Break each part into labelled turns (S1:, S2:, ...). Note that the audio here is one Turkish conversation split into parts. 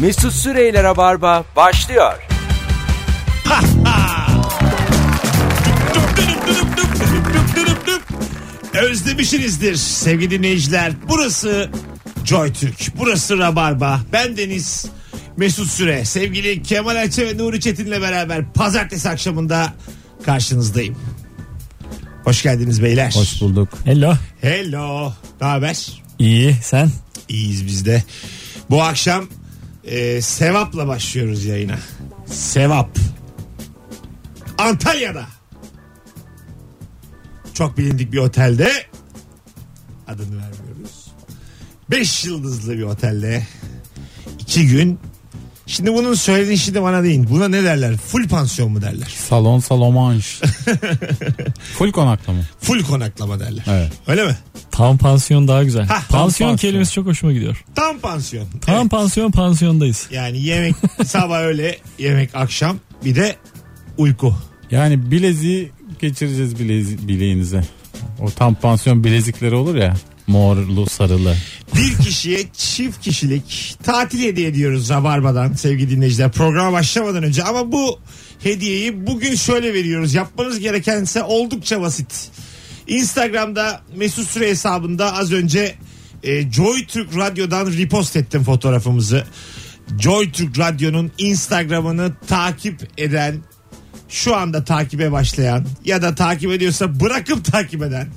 S1: Mesut Süreyler'e barba başlıyor.
S2: Düp düp düp düp düp düp düp düp düp. Özlemişsinizdir sevgili dinleyiciler. Burası Joy Türk. Burası Rabarba. Ben Deniz Mesut Süre. Sevgili Kemal Ayça ve Nuri Çetin'le beraber pazartesi akşamında karşınızdayım. Hoş geldiniz beyler.
S3: Hoş bulduk.
S4: Hello.
S2: Hello. Ne haber?
S4: İyi sen?
S2: İyiyiz biz de. Bu akşam e, Sevap'la başlıyoruz yayına. Sevap. Antalya'da. Çok bilindik bir otelde. Adını vermiyoruz. Beş yıldızlı bir otelde. iki gün. Şimdi bunun söylenişi de bana değil. Buna ne derler? Full pansiyon mu derler?
S3: Salon Salomanş. Full konaklı mı?
S2: Full konaklama derler.
S3: Evet.
S2: Öyle mi?
S4: Tam pansiyon daha güzel.
S2: Hah, tam
S4: pansiyon,
S3: pansiyon.
S4: kelimesi çok hoşuma gidiyor.
S2: Tam pansiyon.
S4: Tam
S2: Evet.
S4: pansiyon pansiyondayız.
S2: Yani yemek sabah öyle yemek akşam bir de uyku.
S3: Yani bileziği geçireceğiz bilezi, bileğinize. O tam pansiyon bilezikleri olur ya. Morlu sarılı.
S2: Bir kişiye çift kişilik tatil hediye ediyoruz Rabarba'dan sevgili dinleyiciler. Programa başlamadan önce ama bu hediyeyi bugün şöyle veriyoruz. Yapmanız gerekense oldukça basit. Instagram'da Mesut Süre hesabında az önce e, Joy Türk Radyo'dan repost ettim fotoğrafımızı. Joy Türk Radyo'nun Instagram'ını takip eden şu anda takibe başlayan ya da takip ediyorsa bırakıp takip eden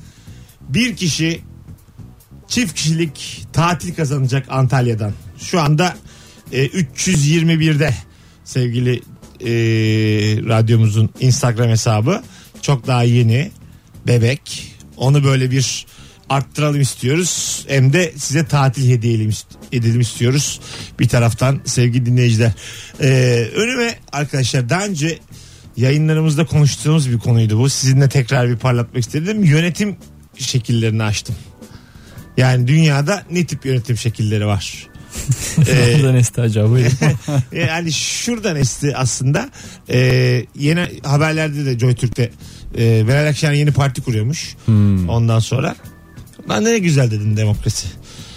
S2: bir kişi çift kişilik tatil kazanacak Antalya'dan. Şu anda e, 321'de sevgili e, radyomuzun Instagram hesabı çok daha yeni bebek. Onu böyle bir arttıralım istiyoruz. Hem de size tatil hediye edelim, edelim istiyoruz. Bir taraftan sevgili dinleyiciler. E, önüme arkadaşlar daha önce yayınlarımızda konuştuğumuz bir konuydu bu. Sizinle tekrar bir parlatmak istedim. Yönetim şekillerini açtım. Yani dünyada ne tip yönetim şekilleri var? Ee,
S4: Buradan esti acaba.
S2: yani şuradan esti aslında Ee, yeni haberlerde de JoyTürk'te e, Meral Akşener yeni parti kuruyormuş. Ondan sonra lan ne güzel dedin demokrasi.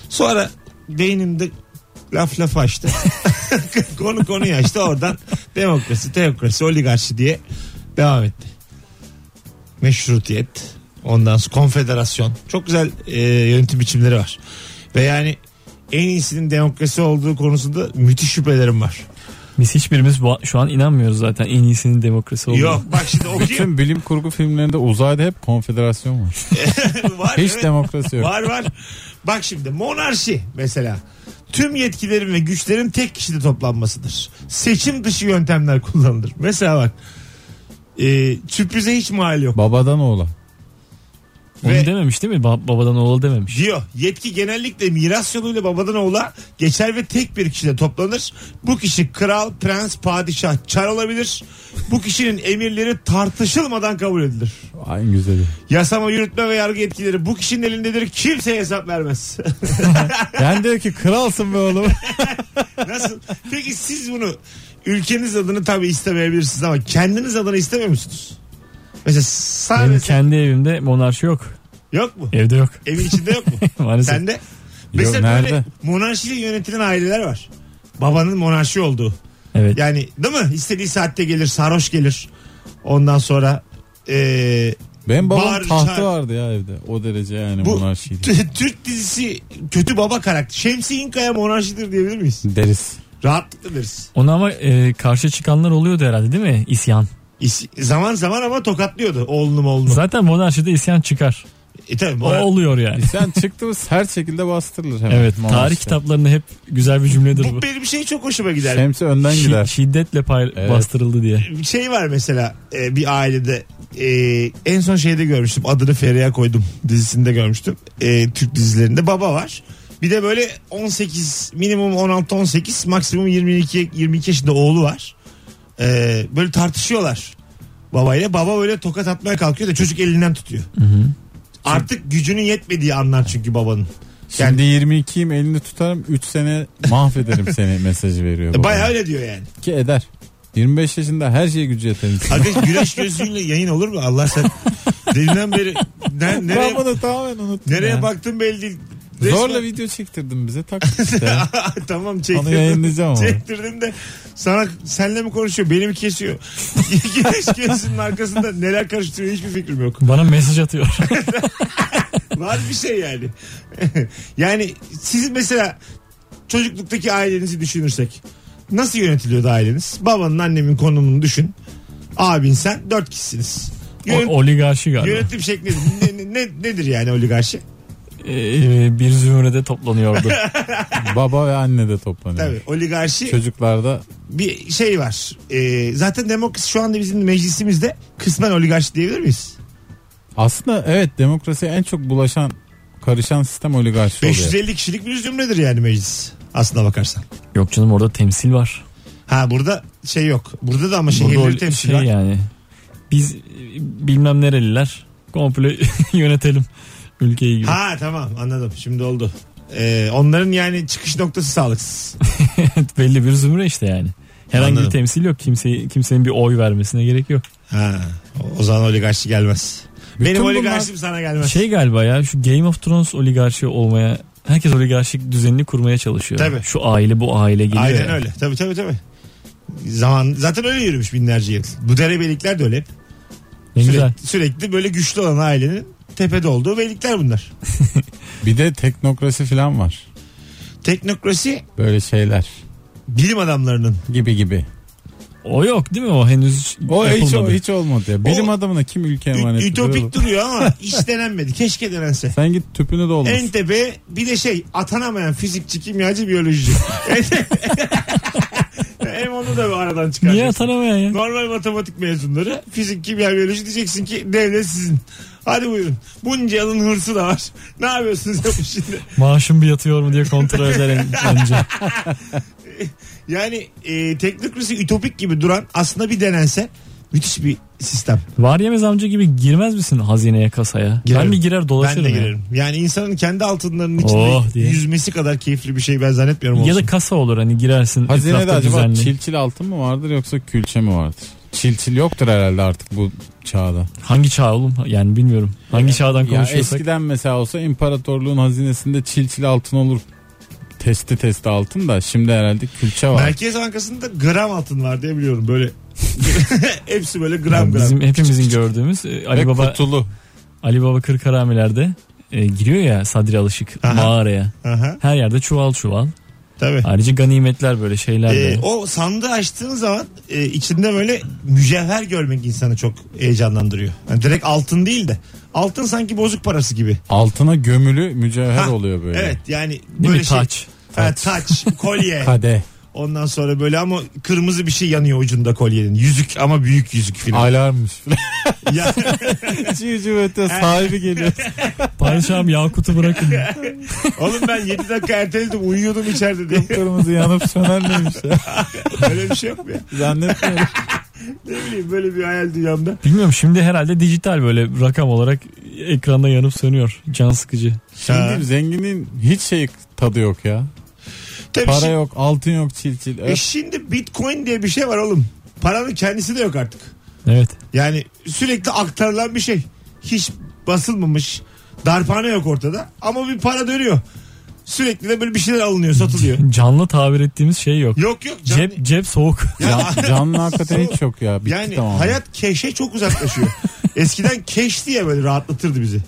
S2: Sonra beynimde laf laf açtı. konu konuyu açtı oradan demokrasi, teokrasi, oligarşi diye devam etti. Meşrutiyet, ondan sonra konfederasyon. Çok güzel e, yönetim biçimleri var. Ve yani en iyisinin demokrasi olduğu konusunda müthiş şüphelerim var.
S4: Biz hiçbirimiz bu- şu an inanmıyoruz zaten en iyisinin demokrasi olduğunu.
S2: Yok bak şimdi okuyayım.
S3: Tüm bilim kurgu filmlerinde uzayda hep konfederasyon var.
S2: var,
S3: Hiç
S2: evet.
S3: demokrasi yok.
S2: Var var. Bak şimdi monarşi mesela. Tüm yetkilerin ve güçlerin tek kişide toplanmasıdır. Seçim dışı yöntemler kullanılır. Mesela bak. e, sürprize hiç mal yok.
S3: Babadan oğla.
S4: Onu
S2: Ve-
S4: dememiş değil mi? Ba- babadan oğlu dememiş.
S2: Diyor yetki genellikle miras yoluyla babadan oğula geçer ve tek bir kişide toplanır. Bu kişi kral, prens, padişah, çar olabilir. Bu kişinin emirleri tartışılmadan kabul edilir.
S3: En güzeli.
S2: Yasama, yürütme ve yargı yetkileri bu kişinin elindedir. Kimseye hesap vermez.
S3: Yani diyor ki kralsın be oğlum.
S2: Nasıl? Peki siz bunu ülkeniz adını tabii istemeyebilirsiniz ama kendiniz adına istemiyor musunuz? Mesela
S4: Benim
S2: sadece
S4: kendi evimde monarşi yok.
S2: yok mu?
S4: Evde yok.
S2: Evin içinde yok mu?
S4: Maalesef.
S2: Sende? Mesela böyle
S3: nerede?
S2: monarşiyle yönetilen aileler var. Babanın monarşi olduğu.
S4: Evet.
S2: Yani değil mi? İstediği saatte gelir, sarhoş gelir. Ondan sonra e, eee,
S3: Benim babam
S2: Bağır,
S3: tahtı
S2: çağır.
S3: vardı ya evde. O derece yani
S2: bu
S3: monarşiydi.
S2: t- Türk dizisi kötü baba karakter. Şemsi İnkaya monarşidir diyebilir miyiz?
S3: Deriz.
S2: Rahatlıkla deriz.
S4: Ona ama e, karşı çıkanlar oluyordu herhalde değil mi? İsyan.
S2: İs- zaman zaman ama tokatlıyordu oğlunu oğlunu.
S4: Zaten monarşide isyan çıkar.
S2: E tabii
S4: O
S2: monar-
S4: oluyor yani.
S3: E Sen çıktığımız her şekilde bastırılır hemen.
S4: Evet.
S3: Monarşi.
S4: Tarih kitaplarında hep güzel bir cümledir bu.
S2: Bu benim şey çok hoşuma gider.
S3: Şemsi önden
S4: Şi-
S3: gider.
S4: şiddetle pay-
S3: Evet.
S4: bastırıldı diye.
S2: Bir şey var mesela e, bir ailede e, en son şeyde görmüştüm adını Feriha koydum dizisinde görmüştüm E, Türk dizilerinde baba var bir de böyle 18 minimum 16-18 maksimum 22 22 yaşında oğlu var E, böyle tartışıyorlar babayla baba böyle tokat atmaya kalkıyor da çocuk elinden tutuyor artık gücünün yetmediği anlar çünkü babanın
S3: Şimdi 22'yim elini tutarım 3 sene mahvederim seni mesajı veriyor. baba.
S2: E, bayağı öyle diyor yani
S3: Ki eder. 25 yaşında her şeye gücü yeter insan.
S2: Arkadaş güneş gözlüğüyle yayın olur mu Allah sen deminden beri ne, nereye,
S3: Ben bunu tamamen unuttum.
S2: Nereye
S3: ya.
S2: baktın belli değil. Resmen-
S3: Zorla video çektirdim bize tak işte.
S2: tamam
S3: Onu
S2: çektirdim.
S3: yayınlayacağım ama.
S2: Çektirdim de sana senle mi konuşuyor beni mi kesiyor? Güneş gözünün arkasında neler karıştırıyor hiçbir fikrim yok.
S4: Bana mesaj atıyor.
S2: Var bir şey yani. yani siz mesela çocukluktaki ailenizi düşünürsek nasıl yönetiliyordu aileniz? Babanın annemin konumunu düşün. Abin sen dört kişisiniz.
S4: O-
S2: Yönet-
S4: oligarşi galiba.
S2: yönetim şekli ne- ne- ne- nedir yani oligarşi?
S4: Ee, bir zümrede toplanıyordu.
S3: Baba ve anne de toplanıyor.
S2: Tabii oligarşi
S3: Çocuklarda
S2: bir şey var. Ee, zaten demokrasi şu anda bizim meclisimizde kısmen oligarşi diyebilir miyiz?
S3: aslında evet demokrasiye en çok bulaşan karışan sistem oligarşi oluyor.
S2: 550 kişilik bir zümredir yani meclis aslına bakarsan.
S4: Yok canım orada temsil var.
S2: Ha burada şey yok. Burada da ama
S4: Burada
S2: şehirleri
S4: oli-
S2: temsil
S4: şey
S2: var.
S4: yani. Biz e, bilmem nereliler komple yönetelim ülkeyi gibi.
S2: Ha tamam anladım şimdi oldu. Ee, onların yani çıkış noktası sağlıksız.
S4: Belli bir zümre işte yani. Herhangi
S2: Anladım.
S4: bir temsil yok. Kimseyi, kimsenin bir oy vermesine gerek yok.
S2: Ha, o- o zaman oligarşi gelmez.
S3: Bütün
S2: Benim
S3: bunlar-
S2: oligarşim sana gelmez.
S4: Şey galiba ya şu Game of Thrones oligarşi olmaya herkes oligarşik düzenini kurmaya çalışıyor.
S2: Tabii.
S4: Şu aile bu aile geliyor.
S2: Aynen
S4: ya.
S2: öyle. Tabii tabii tabii. Zaman zaten öyle yürümüş binlerce yıl. Bu derebelikler de öyle.
S4: Ne güzel.
S2: Sürekli, sürekli böyle güçlü olan ailenin tepede olduğu beylikler bunlar.
S3: Bir de teknokrasi falan var.
S2: Teknokrasi
S3: Böyle şeyler
S2: bilim adamlarının.
S3: gibi gibi.
S4: O yok değil mi o henüz
S3: O hiç,
S4: yapılmadı.
S3: o hiç olmadı ya. Bilim
S2: O-
S3: adamına kim ülke
S2: Ü-
S3: emanet ediyor oğlum?
S2: Ütopik duruyor ama hiç denenmedi. Keşke denense.
S3: Sen git tüpünü dolmuş.
S2: En tepe bir de şey atanamayan fizikçi, kimyacı, biyolojici. Hem onu da aradan
S4: Niye
S2: çıkaracaksın.
S4: atanamayan ya?
S2: Normal matematik mezunları fizik, kimya, biyoloji diyeceksin ki devlet sizin. Hadi buyurun. Bunca yılın hırsı da var. Ne yapıyorsunuz yapın şimdi?
S4: Maaşım bir yatıyor mu diye kontrol eder en- önce.
S2: Yani e, teknokrasi ütopik gibi duran aslında bir denense müthiş bir sistem.
S4: Var yemez amca gibi girmez misin hazineye kasaya?
S2: Girerim.
S4: Ben bir girer
S2: Ben
S4: dolaşırım.
S2: de
S4: ya.
S2: girerim. Yani insanın kendi altınlarının içinde
S4: Oh diye.
S2: yüzmesi kadar keyifli bir şey ben zannetmiyorum.
S4: Ya
S2: olsun.
S4: da kasa olur hani girersin
S3: Hazinede
S4: etrafta
S3: acaba
S4: düzenli.
S3: çil çil altın mı vardır yoksa külçe mi vardır? Çil çil yoktur herhalde artık bu çağda.
S4: Hangi çağ oğlum? Yani bilmiyorum. Hangi çağdan
S3: Ya
S4: konuşuyorsak.
S3: eskiden mesela olsa imparatorluğun hazinesinde çil çil altın olur. Testi testi altın da şimdi herhalde külçe var.
S2: Merkez Bankası'nda gram altın var diye biliyorum böyle. Hepsi böyle gram
S4: Ya
S2: gram.
S4: Bizim hepimizin gördüğümüz e, Ali
S3: Ve
S4: Baba
S3: kutulu.
S4: Ali Baba Kırkaramiler'de e, giriyor ya Sadri Alışık
S2: Aha.
S4: mağaraya.
S2: Aha,
S4: Her yerde çuval çuval.
S2: tabii.
S4: Ayrıca ganimetler böyle şeyler de.
S2: Ee, o sandığı açtığın zaman e, içinde böyle mücevher görmek insanı çok heyecanlandırıyor. Yani direkt altın değil de. Altın sanki bozuk parası gibi.
S3: Altına gömülü mücevher
S2: Ha,
S3: oluyor böyle.
S2: Evet yani
S4: Değil
S2: böyle
S4: mi
S2: şey.
S4: taç?
S2: Ha, taç, kolye.
S3: Kadeh.
S2: Ondan sonra böyle ama kırmızı bir şey yanıyor ucunda kolyenin. Yüzük ama büyük yüzük filan.
S3: Alarmmış.
S2: Ya-
S3: Civcivete sahibi geliyor.
S4: Padişahım Yakut'u bırakın.
S2: oğlum ben 7 dakika erteledim uyuyordum içeride diye.
S3: Kırmızı yanıp sönermemiş. ya.
S2: Böyle bir şey yok mu ya?
S3: Zannetmiyorum.
S2: Ne bileyim böyle bir hayal dünyamda.
S4: Bilmiyorum şimdi herhalde dijital böyle rakam olarak ekranda yanıp sönüyor. Can sıkıcı.
S2: Ha.
S3: Şimdi zenginliğin hiç şey tadı yok ya.
S2: Tabii
S3: Para
S2: şimdi-
S3: yok, altın yok, çil çil.
S2: E şimdi bitcoin diye bir şey var oğlum. Paranın kendisi de yok artık.
S4: Evet.
S2: Yani sürekli aktarılan bir şey. Hiç basılmamış. Darphane yok ortada. Ama bir para dönüyor. Sürekli de böyle bir şeyler alınıyor, satılıyor.
S4: Canlı tabir ettiğimiz şey yok.
S2: Yok yok. Can...
S4: Cep cep soğuk.
S3: Can, canlı hakikaten hiç yok ya. Bitti
S2: yani
S3: tamamen.
S2: hayat keşe çok uzaklaşıyor. Eskiden keş diye böyle rahatlatırdı bizi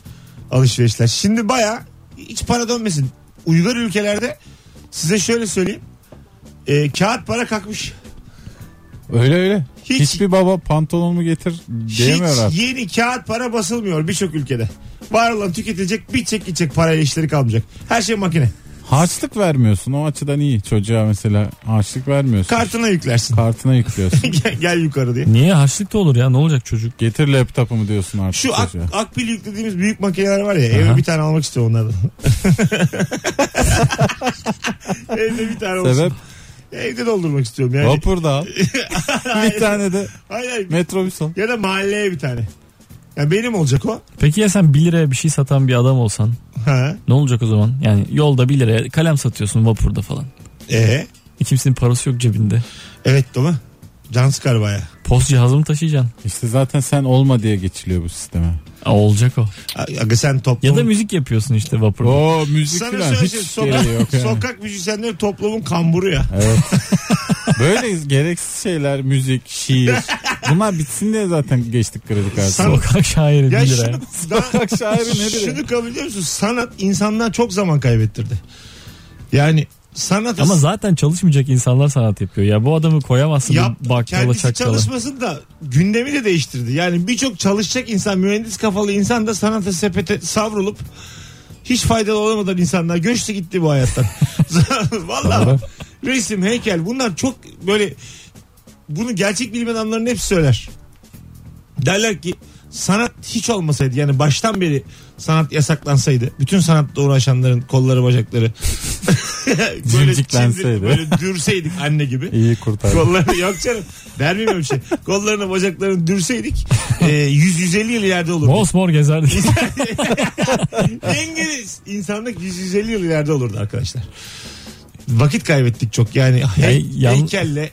S2: alışverişler. Şimdi baya hiç para dönmesin. Uygar ülkelerde size şöyle söyleyeyim. E, kağıt para kalkmış.
S3: Öyle öyle.
S2: Hiç-
S3: Hiçbir baba pantolonumu getir diyemiyor
S2: Hiç
S3: artık.
S2: yeni kağıt para basılmıyor birçok ülkede. Var olan tüketilecek bir çek gidecek parayla işleri kalmayacak. Her şey makine.
S3: Harçlık vermiyorsun o açıdan iyi. Çocuğa mesela harçlık vermiyorsun.
S2: Kartına yüklersin.
S3: Kartına yüklüyorsun.
S2: gel, gel yukarı diye.
S4: Niye harçlık da olur ya ne olacak çocuk?
S3: getir laptopumu diyorsun artık
S2: Şu ak,
S3: çocuğa.
S2: akbil yüklediğimiz büyük makineler var ya eve bir tane almak istiyor onlardan. Evde bir tane olsun.
S3: Sebep
S2: Evde doldurmak istiyorum yani.
S3: vapurda al. bir tane de
S2: Hayır, hayır.
S3: metrobüs al.
S2: Ya da mahalleye bir tane. Yani benim olacak o.
S4: Peki ya sen 1 liraya bir şey satan bir adam olsan
S2: Ha.
S4: ne olacak o zaman? Yani yolda 1 liraya kalem satıyorsun vapurda falan.
S2: Ee,
S4: E, Kimsenin parası yok cebinde.
S2: evet değil mi? Can sıkar baya.
S4: Post cihazımı taşıyacaksın.
S3: İşte zaten sen olma diye geçiliyor bu sisteme.
S4: Aa, olacak o.
S2: Aga sen toplum...
S4: Ya da müzik yapıyorsun işte vapurda.
S3: Oo müzik
S2: Sana
S3: falan hiç
S2: söyleyeceğim
S3: şey yok.
S2: sokak,
S3: yani.
S2: sokak müzisyenleri toplumun kamburu ya.
S3: Evet. Böyle gereksiz şeyler müzik, şiir. Bunlar bitsin diye zaten geçtik kredi kartı.
S2: Sana-
S4: Sokak şairi 1
S2: Ya
S4: lira.
S2: şunu, daha,
S3: Sokak şairi nedir? ya?
S2: şunu kabul ediyor musun? Sanat insanlar çok zaman kaybettirdi. Yani sanat
S4: Ama zaten çalışmayacak insanlar sanat yapıyor. Ya bu adamı koyamazsın
S2: Yap,
S4: bir bakkala
S2: kendisi
S4: çakkala.
S2: çalışmasın da gündemi de değiştirdi. Yani birçok çalışacak insan, mühendis kafalı insan da sanata sepete savrulup hiç faydalı olamadan insanlar göçtü gitti bu hayattan. Valla
S3: Doğru.
S2: resim, heykel bunlar çok böyle bunu gerçek bilim adamlarının hepsi söyler. Derler ki sanat hiç olmasaydı yani baştan beri sanat yasaklansaydı bütün sanatla uğraşanların kolları bacakları böyle,
S3: Cimciklenseydi.
S2: çizdirip, böyle dürseydik anne gibi.
S3: İyi kurtardı.
S2: Kollarını yok canım. Der miyim öyle bir şey? Kollarını bacaklarını dürseydik e, 100-150 yıl ileride olurdu.
S4: Mosmor gezerdi.
S2: İngiliz insanlık 100-150 yıl ileride olurdu arkadaşlar. Vakit kaybettik çok yani he-
S4: Ya- yan-
S2: heykelle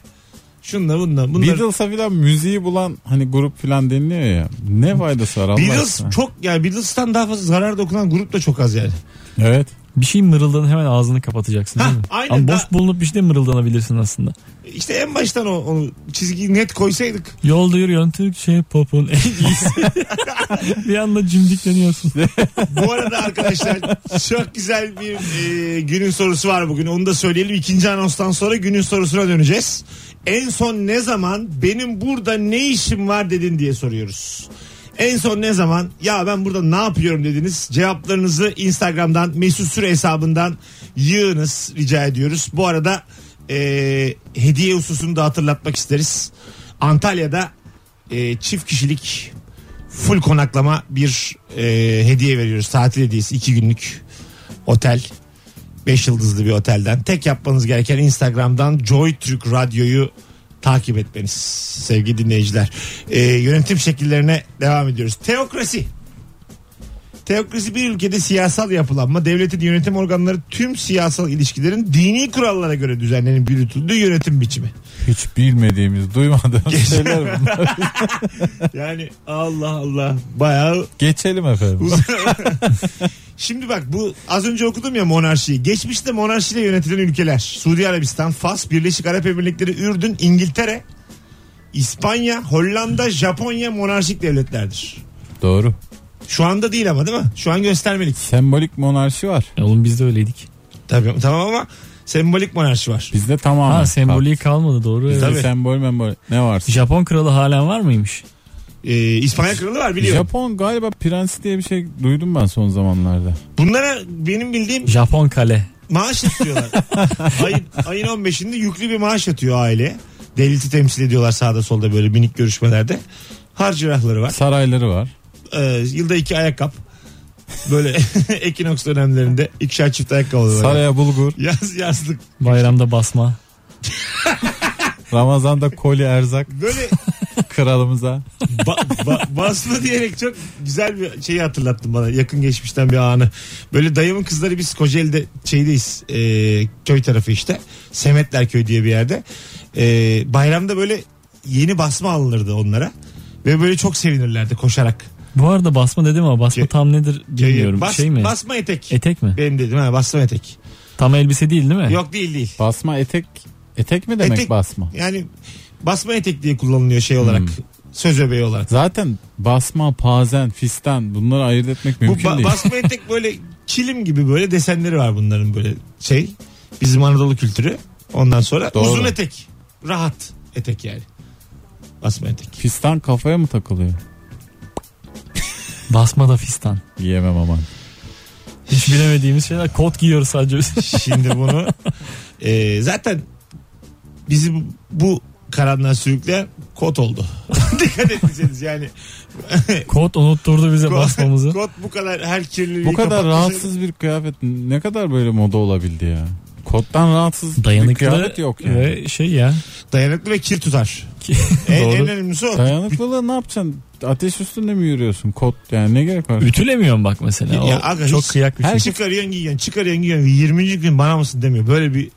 S2: şunla bununla bunlar.
S3: Beatles'a filan müziği bulan hani grup filan deniliyor ya. Ne faydası var Allah
S2: Beatles
S3: aşkına?
S2: çok yani Beatles'tan daha fazla zarar dokunan grup da çok az yani.
S3: Evet.
S4: bir şey mırıldanın hemen ağzını kapatacaksın değil
S2: Hah,
S4: mi?
S2: aynen.
S4: Ama
S2: Da-
S4: boş bulunup bir şey de mırıldanabilirsin aslında.
S2: İşte en baştan o, onu çizgiyi net koysaydık.
S4: Yolda yürüyorsun Türkçe popun en iyisi. bir anda cimdikleniyorsun.
S2: Bu arada arkadaşlar çok güzel bir e, günün sorusu var bugün. Onu da söyleyelim. İkinci anonstan sonra günün sorusuna döneceğiz. En son ne zaman benim burada ne işim var dedin diye soruyoruz. En son ne zaman ya ben burada ne yapıyorum dediniz. Cevaplarınızı Instagram'dan Mesut Süre hesabından yığınız rica ediyoruz. Bu arada e, hediye hususunu da hatırlatmak isteriz. Antalya'da e, çift kişilik full konaklama bir e, hediye veriyoruz. Tatil hediyesi 2 günlük otel. 5 yıldızlı bir otelden. Tek yapmanız gereken Instagram'dan Joy Türk Radyo'yu takip etmeniz sevgili dinleyiciler. E, yönetim şekillerine devam ediyoruz. Teokrasi. Teokrasi bir ülkede siyasal yapılanma, devletin yönetim organları tüm siyasal ilişkilerin dini kurallara göre düzenlenip yürütüldüğü yönetim biçimi.
S3: Hiç bilmediğimiz, duymadığımız şeyler bunlar.
S2: Yani Allah Allah bayağı
S3: Geçelim efendim.
S2: Şimdi bak bu az önce okudum ya monarşiyi. Geçmişte monarşiyle yönetilen ülkeler. Suudi Arabistan, Fas, Birleşik Arap Emirlikleri, Ürdün, İngiltere, İspanya, Hollanda, Japonya monarşik devletlerdir.
S3: Doğru.
S2: Şu anda değil ama değil mi? Şu an göstermelik.
S3: Sembolik monarşi var.
S4: Ya oğlum biz de öyleydik.
S2: Tabii tamam ama sembolik monarşi var.
S3: Bizde tamamen.
S4: Ha semboliği kalmadı doğru.
S3: Bizde
S4: evet.
S2: Tabii.
S3: sembol membol ne varsa.
S4: Japon kralı halen var mıymış?
S2: Ee, İspanya kralı var biliyorum.
S3: Japon galiba prens diye bir şey duydum ben son zamanlarda.
S2: Bunlara benim bildiğim
S4: Japon kale.
S2: maaş yatıyorlar. ayın, ayın 15'inde yüklü bir maaş yatıyor aile. Devleti temsil ediyorlar sağda solda böyle minik görüşmelerde. Harcırahları var.
S3: Sarayları var.
S2: Ee, yılda iki ayakkabı. Böyle Ekinoks dönemlerinde ikişer çift ayakkabı var.
S3: Saraya bulgur.
S2: Yaz yazlık.
S4: Bayramda basma.
S3: Ramazan'da koli erzak
S2: Böyle
S3: kralımıza.
S2: ba, ba- basma diyerek çok güzel bir şeyi hatırlattın bana. Yakın geçmişten bir anı. Böyle dayımın kızları biz Kocaeli'de şeydeyiz. e, köy tarafı işte. Semetler köy diye bir yerde. E, bayramda böyle yeni basma alınırdı onlara. Ve böyle çok sevinirlerdi koşarak.
S4: Bu arada basma dedim ama basma
S2: Ce-
S4: tam nedir bilmiyorum.
S2: Bas-
S4: şey mi?
S2: Basma etek.
S4: Etek mi?
S2: Benim dedim ha basma etek.
S4: Tam elbise değil değil mi?
S2: Yok değil değil.
S3: Basma etek. Etek mi demek
S2: Etek-
S3: basma?
S2: Yani basma etek diye kullanılıyor şey olarak.
S3: Hmm.
S2: Söz öbeği olarak.
S3: Zaten basma, pazen, fistan bunları ayırt etmek
S2: Bu
S3: mümkün
S2: ba-
S3: değil.
S2: basma etek böyle çilim gibi böyle desenleri var bunların böyle şey. Bizim Anadolu kültürü. Ondan sonra
S3: Doğru.
S2: uzun etek. Rahat etek yani. Basma etek.
S3: Fistan kafaya mı takılıyor?
S4: Basma da fistan.
S3: Giyemem aman.
S4: Hiç bilemediğimiz şeyler. Kot giyiyoruz sadece.
S2: Şimdi bunu e, zaten bizi bu, bu karanlığa sürükleyen kot oldu. Dikkat etmişsiniz yani.
S4: Kot unutturdu bize basmamızı.
S2: kot bu kadar her kirliliği
S3: Bu kadar
S2: kapatmış-
S3: rahatsız bir kıyafet ne kadar böyle moda olabildi ya? Kottan rahatsız bir
S4: Dayanıklı
S3: kıyafet yok yani.
S4: ve şey ya.
S2: Dayanıklı ve kir tutar. en,
S4: Doğru.
S2: en önemlisi o.
S3: Dayanıklılığı ne yapacaksın? Ateş üstünde mi yürüyorsun? Kot yani ne gerek var?
S4: Ütülemiyorum bak mesela. O
S2: Ya aga
S4: çok
S2: hiç-
S4: kıyak bir şey.
S2: Çıkarıyorsun giyiyorsun çıkarıyorsun giyiyorsun 20. gün bana mısın demiyor. Böyle bir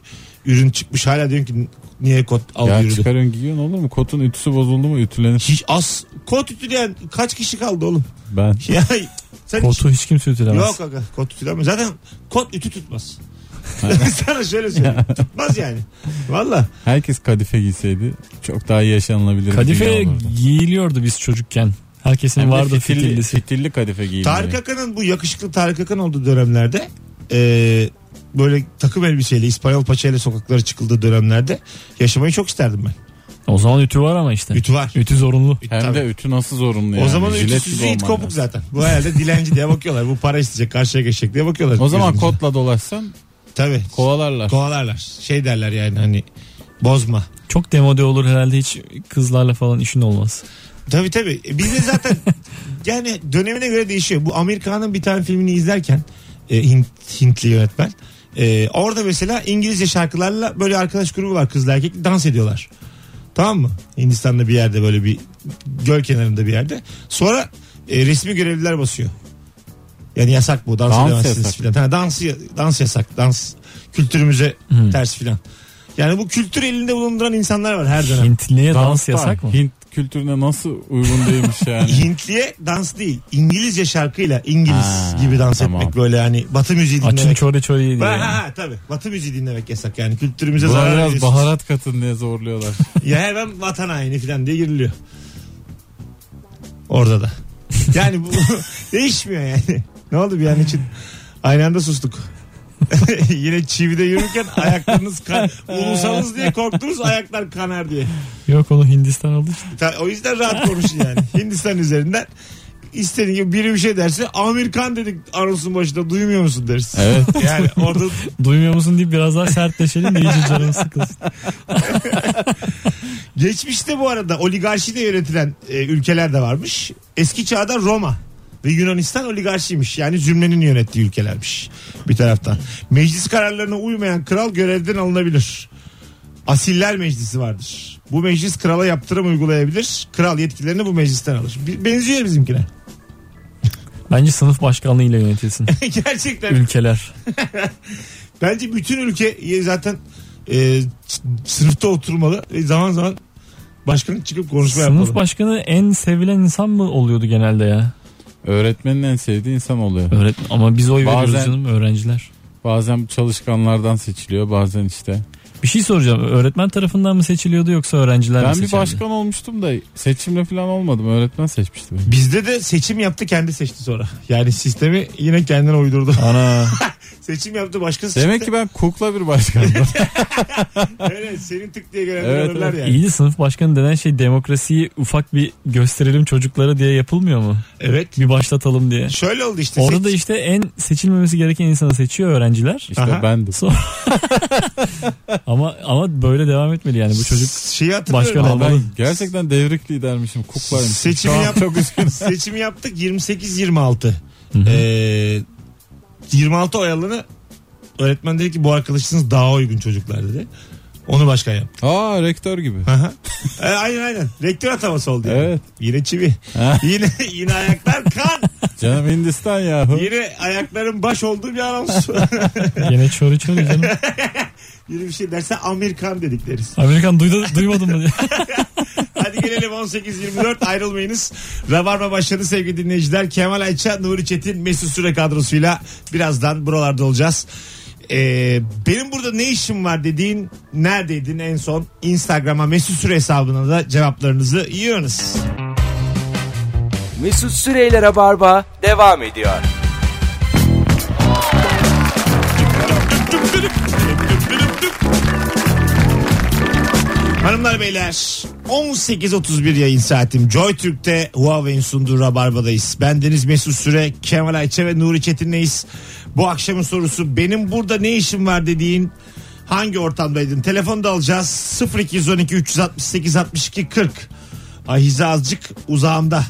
S2: ürün çıkmış hala diyorsun ki niye kot al
S3: Ya
S2: yürüdü.
S3: çıkarıyorsun giyiyorsun olur mu? Kotun ütüsü bozuldu mu ütülenir.
S2: Hiç az kot ütüleyen kaç kişi kaldı oğlum?
S3: Ben
S2: Ya sen hiç-
S4: Kotu hiç kimse ütülemez.
S2: Yok aga kot ütülemez. Zaten kot ütü tutmaz. Sana şöyle söyleyeyim. tutmaz yani. Valla.
S3: herkes kadife giyseydi çok daha iyi yaşanılabilir. bir
S4: Kadife
S3: dünya olurdu.
S4: giyiliyordu biz çocukken. Herkesin
S3: Hem de
S4: vardı
S3: fitilli,
S4: fitillisi.
S3: fitilli kadife giyildi.
S2: Tarık Akan'ın bu yakışıklı Tarık Akan olduğu dönemlerde e, böyle takım elbiseyle İspanyol paçayla sokaklara çıkıldığı dönemlerde yaşamayı çok isterdim ben.
S4: O zaman ütü var ama işte. Ütü,
S2: Ütü var.
S4: zorunlu.
S2: Ütü
S3: Hem
S2: tabii.
S3: de ütü nasıl zorunlu
S2: o
S3: yani.
S2: zaman
S3: Jilet
S2: ütüsüzü
S3: gibi
S2: it
S3: olman
S2: kopuk
S3: lazım.
S2: zaten. Bu herhalde dilenci diye bakıyorlar. Bu para isteyecek karşıya geçecek diye bakıyorlar.
S3: O zaman
S2: Gözümüzde.
S3: kotla dolaşsan
S2: Tabii.
S3: kovalarlar.
S2: Kovalarlar. Şey derler yani hani bozma.
S4: Çok demode olur herhalde hiç kızlarla falan işin olmaz.
S2: Tabii tabii. E, Biz de zaten yani dönemine göre değişiyor. Bu Amerikan'ın bir tane filmini izlerken e, Hint- Hintli yönetmen. e, orada mesela İngilizce şarkılarla böyle arkadaş grubu var kızla erkekli dans ediyorlar. Tamam mı? Hindistan'da bir yerde böyle bir göl kenarında bir yerde. Sonra e, resmi görevliler basıyor. Yani yasak bu dans,
S3: Dans
S2: edemezsiniz
S3: yasak.
S2: filan. Ha, dans, ya- dans yasak dans kültürümüze
S3: Hmm.
S2: ters filan. Yani bu kültür elinde bulunduran insanlar var her dönem.
S4: Hintliye dans,
S3: Danslar
S4: yasak mı?
S3: Hint kültürüne nasıl uygun değilmiş yani.
S2: Hintliye dans değil. İngilizce şarkıyla İngiliz
S3: Ha,
S2: gibi dans
S3: tamam.
S2: etmek böyle hani batı müziği
S4: Açın
S2: dinlemek.
S4: çori çori diye.
S2: Ha, ha, ha, tabii. Batı müziği dinlemek yasak yani kültürümüze
S3: Buna
S2: zarar
S3: biraz
S2: veriyorsunuz.
S3: baharat katın diye zorluyorlar.
S2: Ya hemen vatan haini falan diye giriliyor. Orada da. Yani bu değişmiyor yani. Ne oldu bir an için? Aynı anda sustuk. Yine çivide yürürken ayaklarınız kan... Ulusanız diye korktunuz ayaklar kanar diye.
S4: Yok onu Hindistan aldı.
S2: Ta- O yüzden rahat konuşun yani. Hindistan üzerinden istediğin gibi biri bir şey derse Amerikan dedik anonsun başında duymuyor musun deriz.
S3: Evet.
S2: Yani orada
S4: Duymuyor musun deyip biraz daha sertleşelim de iyice canım sıkılsın.
S2: geçmişte bu arada oligarşiyle yönetilen e, ülkeler de varmış. Eski çağda Roma ve Yunanistan oligarşiymiş. Yani zümrenin yönettiği ülkelermiş bir taraftan. Meclis kararlarına uymayan kral görevden alınabilir. Asiller meclisi vardır. Bu meclis krala yaptırım uygulayabilir. Kral yetkilerini bu meclisten alır. Bir- Benziyor bizimkine.
S4: Bence sınıf başkanlığıyla yönetilsin
S2: Gerçekten.
S4: ülkeler.
S2: Bence bütün ülke zaten e, s- sınıfta oturmalı. E, zaman zaman başkanın çıkıp konuşma
S4: Sınıf
S2: yapmalı.
S4: başkanı en sevilen insan mı oluyordu genelde ya?
S3: Öğretmenin en sevdiği insan oluyor.
S4: Öğretmen ama biz oy veriyoruz
S3: Bazen-
S4: canım öğrenciler.
S3: Bazen çalışkanlardan seçiliyor bazen işte.
S4: Bir şey soracağım. Öğretmen tarafından mı seçiliyordu yoksa öğrenciler mi
S3: Ben bir
S4: seçildi?
S3: başkan olmuştum da seçimle falan olmadım. Öğretmen seçmişti beni.
S2: Bizde de seçim yaptı kendi seçti sonra. Yani sistemi yine kendine uydurdu.
S3: Ana.
S2: seçim yaptı başkası
S3: Demek ki
S2: çıktı.
S3: ben kukla bir başkandım.
S2: Öyle senin tık diye gelenler
S3: Evet,
S2: alırlar yani.
S4: İyi de sınıf başkanı denen şey demokrasiyi ufak bir gösterelim çocuklara diye yapılmıyor mu?
S2: Evet.
S4: Bir başlatalım diye.
S2: Şöyle oldu işte.
S4: Orada
S2: Seç-
S4: da işte en seçilmemesi gereken insanı seçiyor öğrenciler.
S3: İşte
S2: Aha.
S3: bendim.
S4: Ama ama böyle devam etmeli yani bu çocuk.
S2: şeyi hatırlıyorum.
S4: başkan
S3: Ama
S4: oldu.
S3: ben gerçekten devrik lidermişim. Kuklaymışım.
S2: Seçimi
S3: Şu an
S2: yap-
S3: Çok üzgünüm.
S2: Seçimi yaptık 28-26.
S4: Hı hı.
S2: Ee, 26 oy alanı öğretmen dedi ki bu arkadaşınız daha uygun çocuklar dedi. Onu başkan yaptı.
S3: Aa rektör gibi.
S2: Aha. E, aynen aynen. Rektör ataması oldu. yani.
S3: Evet.
S2: Yine çivi.
S3: Ha.
S2: yine yine ayaklar kan.
S3: Canım Hindistan yahu.
S2: Yine ayakların baş olduğu bir anons.
S4: Gene çori çori canım.
S2: yine bir şey derse Amerikan dedik deriz.
S4: Amerikan duydu, duymadın mı diye.
S2: Hadi gelelim 18-24 ayrılmayınız. Rabarba başladı sevgili dinleyiciler. Kemal Ayça, Nuri Çetin, Mesut Süre kadrosuyla birazdan buralarda olacağız. Ee, benim burada ne işim var dediğin neredeydin en son Instagram'a Mesut Süre hesabına da cevaplarınızı yığınız.
S1: Mesut Süreyler'e barba devam ediyor.
S2: Hanımlar beyler 18.31 yayın saatim Joy Türk'te Huawei'in sunduğu Rabarba'dayız. Bendeniz Mesut Süre, Kemal Ayça ve Nuri Çetin'leyiz. Bu akşamın sorusu benim burada ne işim var dediğin hangi ortamdaydın? Telefonu da alacağız 0212 368 62 40. Ay hiza azıcık uzağımda.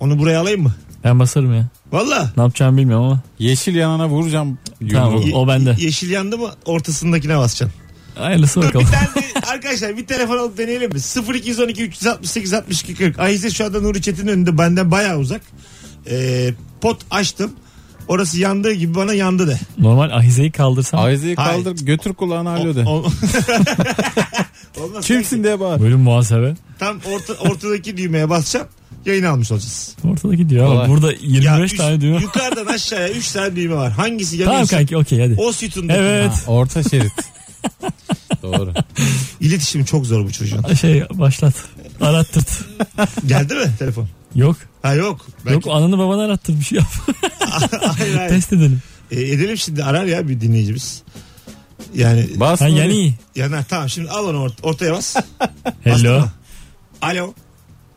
S2: Onu buraya alayım mı?
S4: Ben basarım ya.
S2: Valla.
S4: Ne yapacağımı bilmiyorum ama.
S3: Yeşil yanana vuracağım.
S4: Tamam.
S3: yumruğu.
S4: O bende.
S2: Yeşil yandı mı ortasındakine basacaksın.
S4: Hayırlısı
S2: Dur
S4: bakalım.
S2: bir tane de- arkadaşlar bir telefon alıp deneyelim mi? 0212 368 62 40. Ahize şu anda Nuri Çetin'in önünde benden bayağı uzak. Ee, pot açtım. Orası yandığı gibi bana yandı de.
S4: Normal ahizeyi kaldırsam
S3: Ayzeyi
S2: Hayır.
S3: kaldır götür kulağını
S2: O-
S3: alo de.
S2: o- Olmaz.
S3: Kimsin diye bağır.
S4: bölüm muhasebe.
S2: Tam orta, ortadaki düğmeye basacaksın. Yayın almış olacağız.
S4: Ortada gidiyor ama
S3: Kolay.
S4: burada 25
S2: üç-
S4: tane düğme.
S2: Yukarıdan aşağıya 3 tane düğme var. Hangisi
S4: Tamam
S2: yanıyorsa
S4: kanki okey hadi.
S2: o sütunda.
S4: Evet.
S3: Ha, orta şerit. Doğru.
S2: İletişim çok zor bu çocuğun.
S4: Şey başlat. Arattırt.
S2: Geldi mi telefon?
S4: Yok.
S2: Ha yok. Belki-
S4: Yok ananı babanı arattır bir şey yap.
S2: Hayır, hayır.
S4: Test edelim.
S2: E, edelim şimdi arar ya bir dinleyicimiz. Yani
S3: Bas
S4: Ha,
S3: Nuri.
S4: yani.
S2: yana tamam şimdi al onu ort- ortaya bas. Bastın
S4: Hello.
S2: mı? Alo.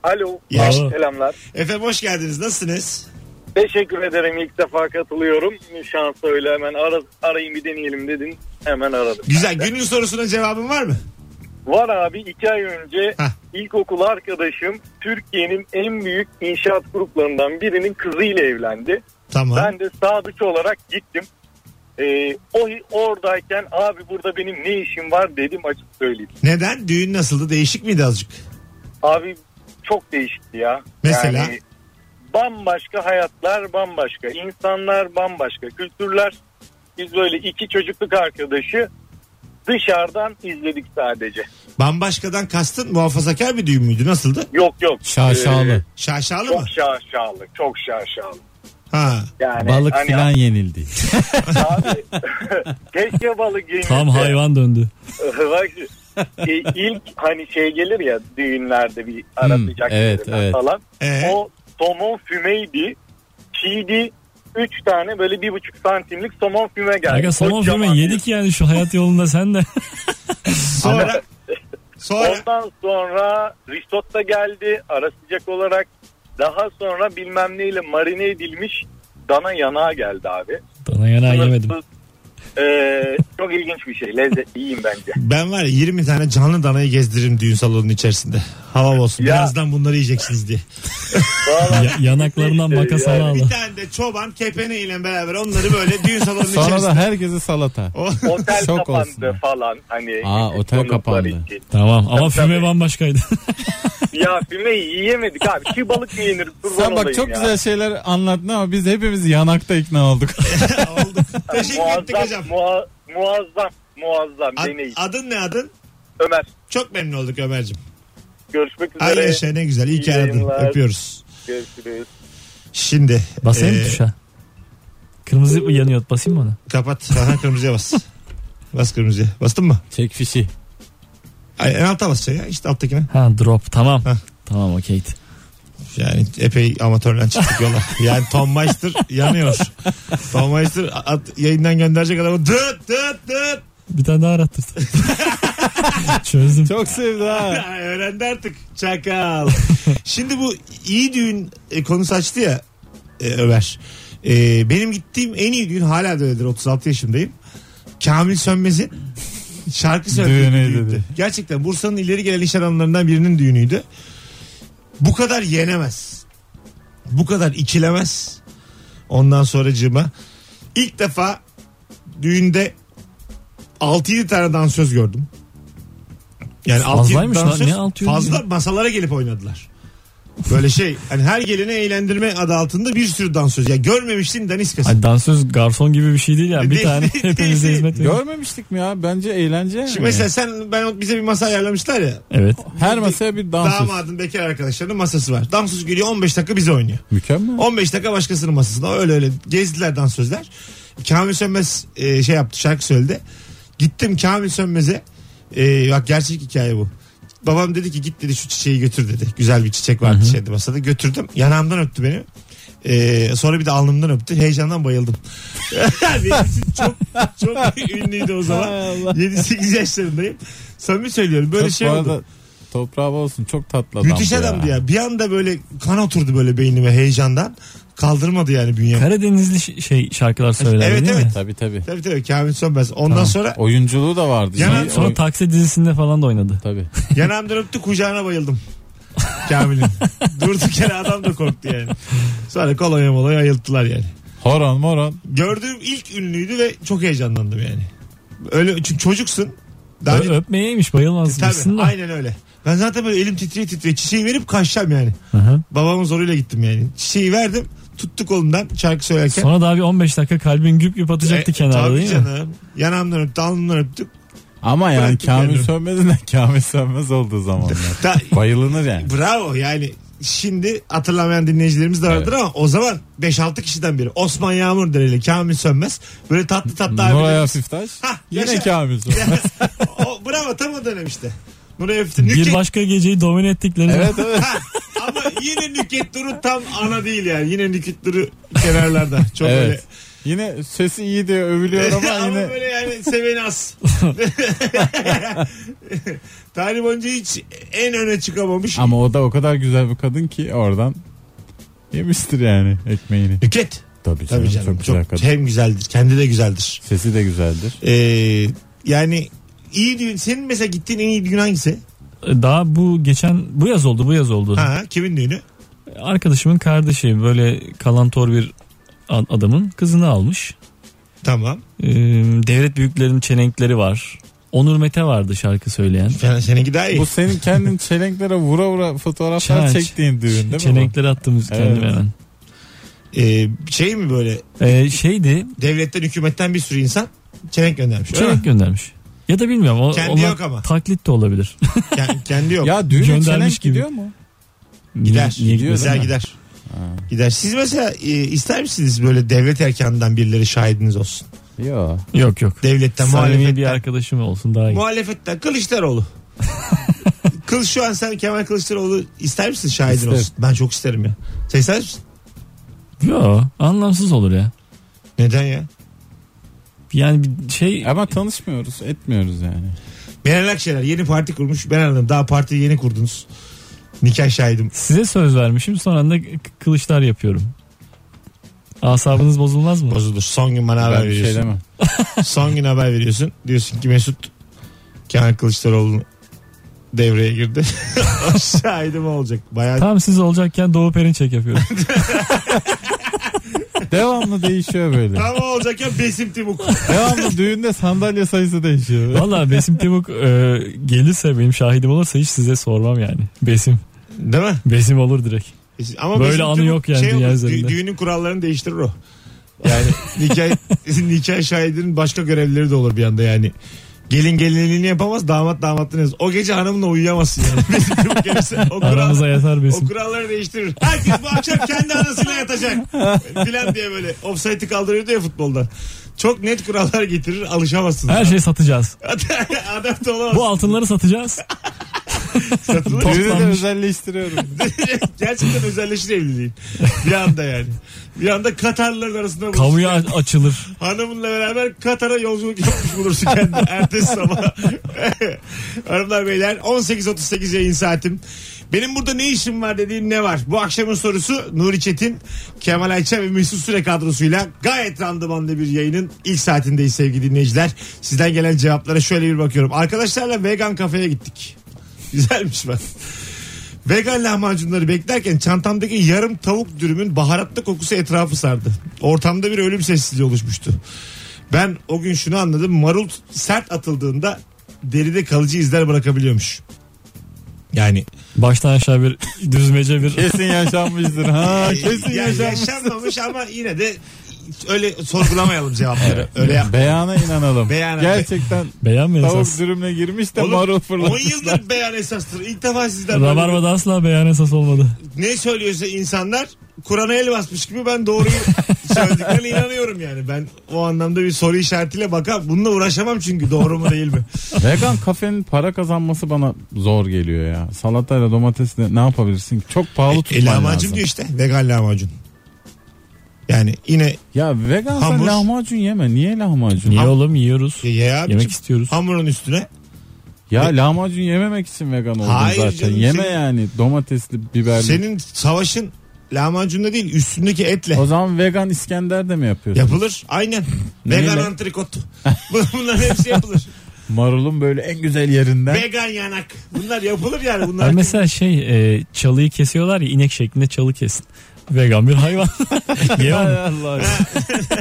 S5: Alo.
S2: İyi akş-
S4: Alo.
S5: Selamlar.
S2: Efendim hoş geldiniz. Nasılsınız?
S5: Teşekkür ederim. İlk defa katılıyorum. Şansa öyle hemen ara, arayayım bir deneyelim dedim. Hemen aradım.
S2: Güzel. Günün sorusuna cevabın var mı?
S5: Var abi iki ay önce
S2: Hah.
S5: ilkokul arkadaşım Türkiye'nin en büyük inşaat gruplarından birinin kızıyla evlendi.
S2: Tamam.
S5: Ben de sadıç olarak gittim. Ee, o oradayken abi burada benim ne işim var dedim açık söyleyeyim.
S2: Neden? Düğün nasıldı? Değişik miydi azıcık?
S5: Abi çok değişikti ya.
S2: Mesela?
S5: Yani bambaşka hayatlar bambaşka. insanlar bambaşka. Kültürler. Biz böyle iki çocukluk arkadaşı dışarıdan izledik sadece.
S2: Bambaşkadan kastın muhafazakar bir düğün müydü? Nasıldı?
S5: Yok yok.
S2: Ee,
S5: Ee,
S3: Şaşalı.
S2: Şaşalı mı?
S5: Çok şaşalı. Çok şaşalı.
S2: Ha.
S5: Yani
S3: Balık
S5: hani
S3: filan yenildi.
S5: Abi, keşke balık yenilse.
S4: Tam hayvan döndü.
S5: Bak, e, ilk hani şey gelir ya düğünlerde bir ara
S3: Hmm,
S5: sıcak
S3: evet,
S5: gelirler
S3: evet.
S5: falan.
S2: Ee?
S5: O somon fümeydi. Çiğdi. Üç tane böyle bir buçuk santimlik somon füme geldi.
S4: Aga somon
S5: Kocaman
S4: filmi
S5: bir-
S4: yedik yani şu hayat yolunda sen de.
S2: Sonra sonra
S5: Ondan sonra risotto geldi ara sıcak olarak. Daha sonra bilmem neyle marine edilmiş dana yanağı geldi abi.
S4: Dana yanağı yemedim.
S5: Sınırsız, e, çok ilginç bir şey. Lezzet iyiyim bence.
S2: ben var ya 20 tane canlı danayı gezdiririm düğün salonunun içerisinde. Hava olsun.
S5: Ya.
S2: Birazdan bunları yiyeceksiniz diye.
S5: Vallahi
S4: Ya- yanaklarından makas ala ala.
S2: Bir tane de çoban kepeneğiyle beraber onları böyle düğün salonunun
S3: Sonra da
S2: içerisinde.
S3: herkese salata.
S2: O-
S5: otel
S3: Şok
S5: kapandı
S3: olsun.
S5: falan hani.
S3: Aa, otel
S5: konuklar
S3: kapandı.
S5: için.
S4: Tamam ama
S5: Tabii,
S4: füme
S5: tabii.
S4: bambaşkaydı.
S5: Ya füme yiyemedik abi. Ki balık mı yenir? Kurban
S3: Sen bak
S5: olayım
S3: çok
S5: ya.
S3: güzel şeyler anlattın ama biz hepimiz yanakta ikna olduk.
S2: Oldu. Teşekkür ettik hocam.
S5: Muazzam, mua- muazzam, muazzam
S2: Ad-
S5: deney.
S2: adın ne adın?
S5: Ömer
S2: Çok memnun olduk Ömer'cim.
S5: görüşmek
S2: Ay
S5: üzere.
S2: yaşa ne güzel. İyi ki
S5: İyi
S2: aradın.
S5: yayınlar.
S2: Öpüyoruz.
S5: Görüşürüz.
S2: Şimdi.
S4: Basayım
S2: e,
S4: mı tuşa? Kırmızı yanıyor basayım mı ona?
S2: Kapat. Aha, kırmızıya bas. Bas kırmızıya. Bastın mı?
S3: Çek fişi.
S2: Ay, en alta basacaksın ya. İşte alttakine.
S4: Ha drop tamam.
S2: Heh.
S4: Tamam okey.
S2: Yani epey amatörden çıktık yola. Yani Tom Meister yanıyor. Tom Meister at- yayından gönderecek adamı dıt dıt dıt.
S4: Bir tane daha arattırdım. Çözdüm.
S3: Çok sevdi ha.
S2: Ay, Öğrendi artık. Çakal. Şimdi bu iyi düğün e, konusu açtı ya e, Ömer. E, benim gittiğim en iyi düğün hala da öyledir. 36 yaşındayım. Kamil Sönmez'in şarkı söylediği
S3: Düğünüydü
S2: düğündü.
S3: dedi.
S2: Gerçekten Bursa'nın ileri gelen iş adamlarından birinin düğünüydü. Bu kadar yenemez. Bu kadar ikilemez. Ondan sonra cıma. İlk defa düğünde 6-7 tane dansöz gördüm. Yani
S4: Fazlaymış
S2: 6-7
S4: lan.
S2: dansöz
S4: Ne 6-7
S2: fazla masalara gelip oynadılar. Böyle şey hani her geleni eğlendirme adı altında bir sürü dansöz. Ya görmemişsin daniskası.
S4: Ay dansöz garson gibi bir şey değil yani. Bir
S2: Değil,
S4: tane
S2: değil,
S4: hepimize
S2: değil.
S4: hizmet veriyor.
S3: Görmemiştik mi ya? Bence eğlence. yani.
S2: Şimdi mesela sen ben bize bir masa ayarlamışlar ya.
S4: Evet.
S3: Her masaya bir dans.
S2: Damadın bekar arkadaşlarının masası var. Dansöz geliyor 15 dakika bize oynuyor.
S3: Mükemmel.
S2: 15 dakika başkasının masasında öyle öyle gezdiler dansözler. Kamil Sönmez e, şey yaptı şarkı söyledi. Gittim Kamil Sönmez'e e, bak gerçek hikaye bu. Babam dedi ki git dedi şu çiçeği götür dedi. Güzel bir çiçek vardı şeyde masada götürdüm. Yanağımdan öptü beni. E, sonra bir de alnımdan öptü. Heyecandan bayıldım. Yani çok çok ünlüydü o zaman.
S3: Hay Allah.
S2: 7-8 yaşlarındayım. Samimi söylüyorum böyle
S3: Çok
S2: şey
S3: bu
S2: oldu.
S3: arada Toprağı bol olsun çok tatlı adam.
S2: Müthiş adamdı ya. Bir anda böyle kan oturdu böyle beynime heyecandan. Kaldırmadı yani bünyem.
S4: Karadenizli ş- şey şarkılar söyler
S2: Evet,
S4: değil
S2: evet.
S4: mi?
S3: Tabii tabii.
S2: Tabii tabii Kamil Sönmez. Ondan sonra
S3: Oyunculuğu da vardı.
S2: Yanan
S3: Yani
S4: Sonra
S3: oy-
S4: taksi dizisinde falan da oynadı.
S3: Tabii.
S2: yanağımdan öptü kucağına bayıldım. Kamil'in. Durduk yere adam da korktu yani. Sonra kolonya molonya ayılttılar yani.
S3: Horon moron.
S2: Gördüğüm ilk ünlüydü ve çok heyecanlandım yani. Öyle çünkü çocuksun. Daha
S4: Ö-
S2: önce-
S4: öpmeyeymiş bayılmaz mısın
S2: tabii,
S4: da.
S2: aynen öyle. Ben zaten böyle elim titriye titriye çiçeği verip kaçacağım yani.
S4: Hı hı.
S2: Babamın zoruyla gittim yani. Çiçeği verdim. tuttuk ondan şarkı söylerken.
S4: Sonra da abi 15 dakika kalbin güp güp atacaktı
S2: E,
S4: kenarda
S2: tabii
S4: değil mi?
S2: canım. Yanağımdan öptük, alnımdan öptük.
S3: Ama yani
S2: Bıraktık
S3: Kamil
S2: kendini.
S3: Sönmez'den Kamil Sönmez olduğu zamanlar.
S2: Ta-
S3: Bayılınır yani.
S2: bravo yani. Şimdi hatırlamayan dinleyicilerimiz de vardır ama o zaman 5-6 kişiden biri. Osman Yağmur Dereli, Kamil Sönmez. Böyle tatlı tatlı
S3: Nuray
S2: abiler.
S3: Asiftaş.
S2: Hah,
S3: Yine
S2: yaşa.
S3: Kamil Sönmez.
S2: o, bravo tam o dönem işte. Nuray Öfte.
S4: Bir
S2: Nüket-
S4: başka geceyi domine ettiklerini
S3: evet evet.
S2: Ha, ama yine Nüket Duru tam ana değil yani. Yine Nüket Duru kenarlarda. Çok öyle.
S3: evet. Yine sesi iyi diye övülüyor
S2: ama,
S3: ama yine
S2: böyle yani seveni az. Tarih boyunca hiç en öne çıkamamış.
S3: Ama o da o kadar güzel bir kadın ki oradan yemiştir yani ekmeğini.
S2: Nüket.
S3: Tabii canım,
S2: Tabii canım. şey-
S3: çok güzel kadın.
S2: hem güzeldir. Kendi de güzeldir.
S3: Sesi de güzeldir.
S2: Ee, yani iyi düğün. Senin mesela gittiğin en iyi düğün hangisi?
S4: Daha bu geçen bu yaz oldu bu yaz oldu.
S2: Ha, kimin düğünü?
S4: Arkadaşımın kardeşi böyle kalantor bir a- adamın kızını almış.
S2: Tamam.
S4: Ee, devlet büyüklerinin çelenkleri var. Onur Mete vardı şarkı söyleyen.
S2: Fena- Seninki daha iyi.
S3: Bu senin kendin çelenklere vura vura fotoğraflar
S4: Çaç.
S3: çektiğin düğün değil mi? bu?
S4: Çelenkleri attım kendim
S3: Evet.
S4: hemen.
S2: Ee, şey mi böyle
S4: Ee, şeydi
S2: devletten hükümetten bir sürü insan çelenk göndermiş. öyle mi?
S4: çelenk göndermiş. Ya da bilmiyorum. O,
S2: Kendi
S4: onlar
S2: yok ama.
S4: Taklit de olabilir.
S2: Ke- kendi yok.
S3: Ya düğüne
S4: Göndermiş
S3: çelenk
S4: gibi.
S3: gidiyor mu?
S2: gider.
S4: Niye- niye
S3: Gidiyor
S4: gitmesin?
S2: Mesela
S3: değil mi?
S2: gider. Gider. Siz mesela e, ister misiniz böyle devlet erkanından birileri şahidiniz olsun?
S3: Yok.
S4: Yok yok.
S2: Devletten,
S4: Samimi bir
S2: muhalefetten.
S4: arkadaşım olsun daha iyi.
S2: Muhalefetten Kılıçdaroğlu. Kıl şu an sen Kemal Kılıçdaroğlu ister misin şahidin
S3: İsterim.
S2: olsun? Ben çok isterim ya. Sen ister misin?
S4: Yok anlamsız olur ya.
S2: Neden ya?
S4: Yani bir şey
S3: Ama tanışmıyoruz, etmiyoruz yani.
S2: Meral Akşener yeni parti kurmuş. Ben anladım. Daha partiyi yeni kurdunuz. Nikah şahidim.
S4: size söz vermişim sonra da k- kılıçlar yapıyorum. Asabınız bozulmaz mı?
S2: Bozulur. Son gün bana haber
S3: Ben bir şey
S2: veriyorsun.
S3: demem.
S2: Son gün haber veriyorsun. Diyorsun ki Mesut Kemal Kılıçdaroğlu devreye girdi. O Şahidim olacak. Bayağı
S4: Tam siz olacakken Doğu Perinçek yapıyorum.
S3: Devamlı değişiyor böyle.
S2: Tam o olacak ya Besim Timuk.
S3: Devamlı düğünde sandalye sayısı değişiyor.
S4: Valla Besim Timuk e, gelirse benim şahidim olursa hiç size sormam yani. Besim.
S2: Değil mi?
S4: Besim olur direkt.
S2: Ama
S4: Böyle
S2: Besim
S4: anı
S2: Timuk
S4: yok yani
S2: olur,
S4: dünya
S2: dü-
S4: üzerinde.
S2: düğünün kurallarını değiştirir o. Yani nikah, nikah şahidinin başka görevleri de olur bir anda yani. Gelin gelinliğini yapamaz damat damatlığını yapamaz. O gece hanımla uyuyamazsın yani. Besim Timuk gelirse o kural,
S4: Aramıza yatar
S2: o
S4: Besim.
S2: kuralları değiştirir. Herkes bu akşam kendi anasıyla yatacak. Filan diye böyle. Offside'i kaldırıyordu ya futbolda. Çok net kurallar getirir alışamazsın.
S4: Her şeyi satacağız.
S2: Adapte olamazsın.
S4: Bu altınları satacağız.
S2: Satılır.
S3: Düğünü de
S4: Toplanmış.
S3: özelleştiriyorum.
S2: Gerçekten özelleşir evliliğin. Bir anda yani. Bir anda Katarlıların arasında bulursun.
S4: Kamuya a- açılır.
S2: Hanımınla beraber Katar'a yolculuk yapmış bulursun kendini. Ertesi sabah. Hanımlar beyler 18.38 yayın saatim. Benim burada ne işim var dediğin ne var? Bu akşamın sorusu Nuri Çetin, Kemal Ayça ve Mesut Süre kadrosuyla gayet randımanlı bir yayının ilk saatindeyiz sevgili dinleyiciler. Sizden gelen cevaplara şöyle bir bakıyorum. Arkadaşlarla vegan kafeye gittik. Güzelmiş bak. Vegan lahmacunları beklerken çantamdaki yarım tavuk dürümün baharatlı kokusu etrafı sardı. Ortamda bir ölüm sessizliği oluşmuştu. Ben o gün şunu anladım. Marul sert atıldığında deride kalıcı izler bırakabiliyormuş. Yani
S4: Baştan aşağı bir düzmece bir
S3: Kesin yaşanmıştır. Ha, kesin
S2: Ya
S3: yaşanmış.
S2: yaşanmamış ama yine de öyle sorgulamayalım cevapları. Öyle yap.
S3: Beyana inanalım.
S2: Beyana.
S3: Gerçekten
S4: beğenmeyin
S3: tavuk
S4: esas.
S3: dürümle girmiş de
S2: Oğlum,
S3: marul
S2: 10
S3: fırlatmışlar.
S2: yıldır beyan esastır. İlk defa sizden böyle bir-
S4: Rabarba'da asla beyan esas olmadı.
S2: ne söylüyorsa insanlar Kur'an'a el basmış gibi ben doğruyu söylediklerine inanıyorum yani. Ben o anlamda bir soru işaretiyle baka bununla uğraşamam çünkü doğru mu değil mi?
S3: Vegan kafenin para kazanması bana zor geliyor ya. Salatayla domatesle ne yapabilirsin? ki? Çok pahalı
S2: e,
S3: tutman
S2: lahmacun
S3: lazım.
S2: diyor işte vegan lahmacun. Yani yine
S3: Ya vegan sen
S2: Hamur.
S3: lahmacun yeme. Niye lahmacun?
S4: Niye oğlum yiyoruz.
S2: ye- ye abicim.
S4: Yemek istiyoruz.
S2: hamurun üstüne.
S3: Ya lahmacun yememek için vegan oldun
S2: Hayır
S3: zaten.
S2: canım,
S3: Yeme
S2: senin-
S3: yani domatesli, biberli.
S2: Senin savaşın lahmacunda değil üstündeki etle.
S3: O zaman vegan İskender de mi yapıyorsun?
S2: Yapılır. Aynen.
S3: Neyle?
S2: Vegan antrikot. Bunların hepsi yapılır.
S3: Marulun böyle en güzel yerinden.
S2: vegan yanak. Bunlar yapılır yani. Bunlar
S4: Ben mesela şey e, çalıyı kesiyorlar ya inek şeklinde çalı kesin. Vegan bir hayvan.
S3: Hay
S4: Ye onu.
S3: Allah.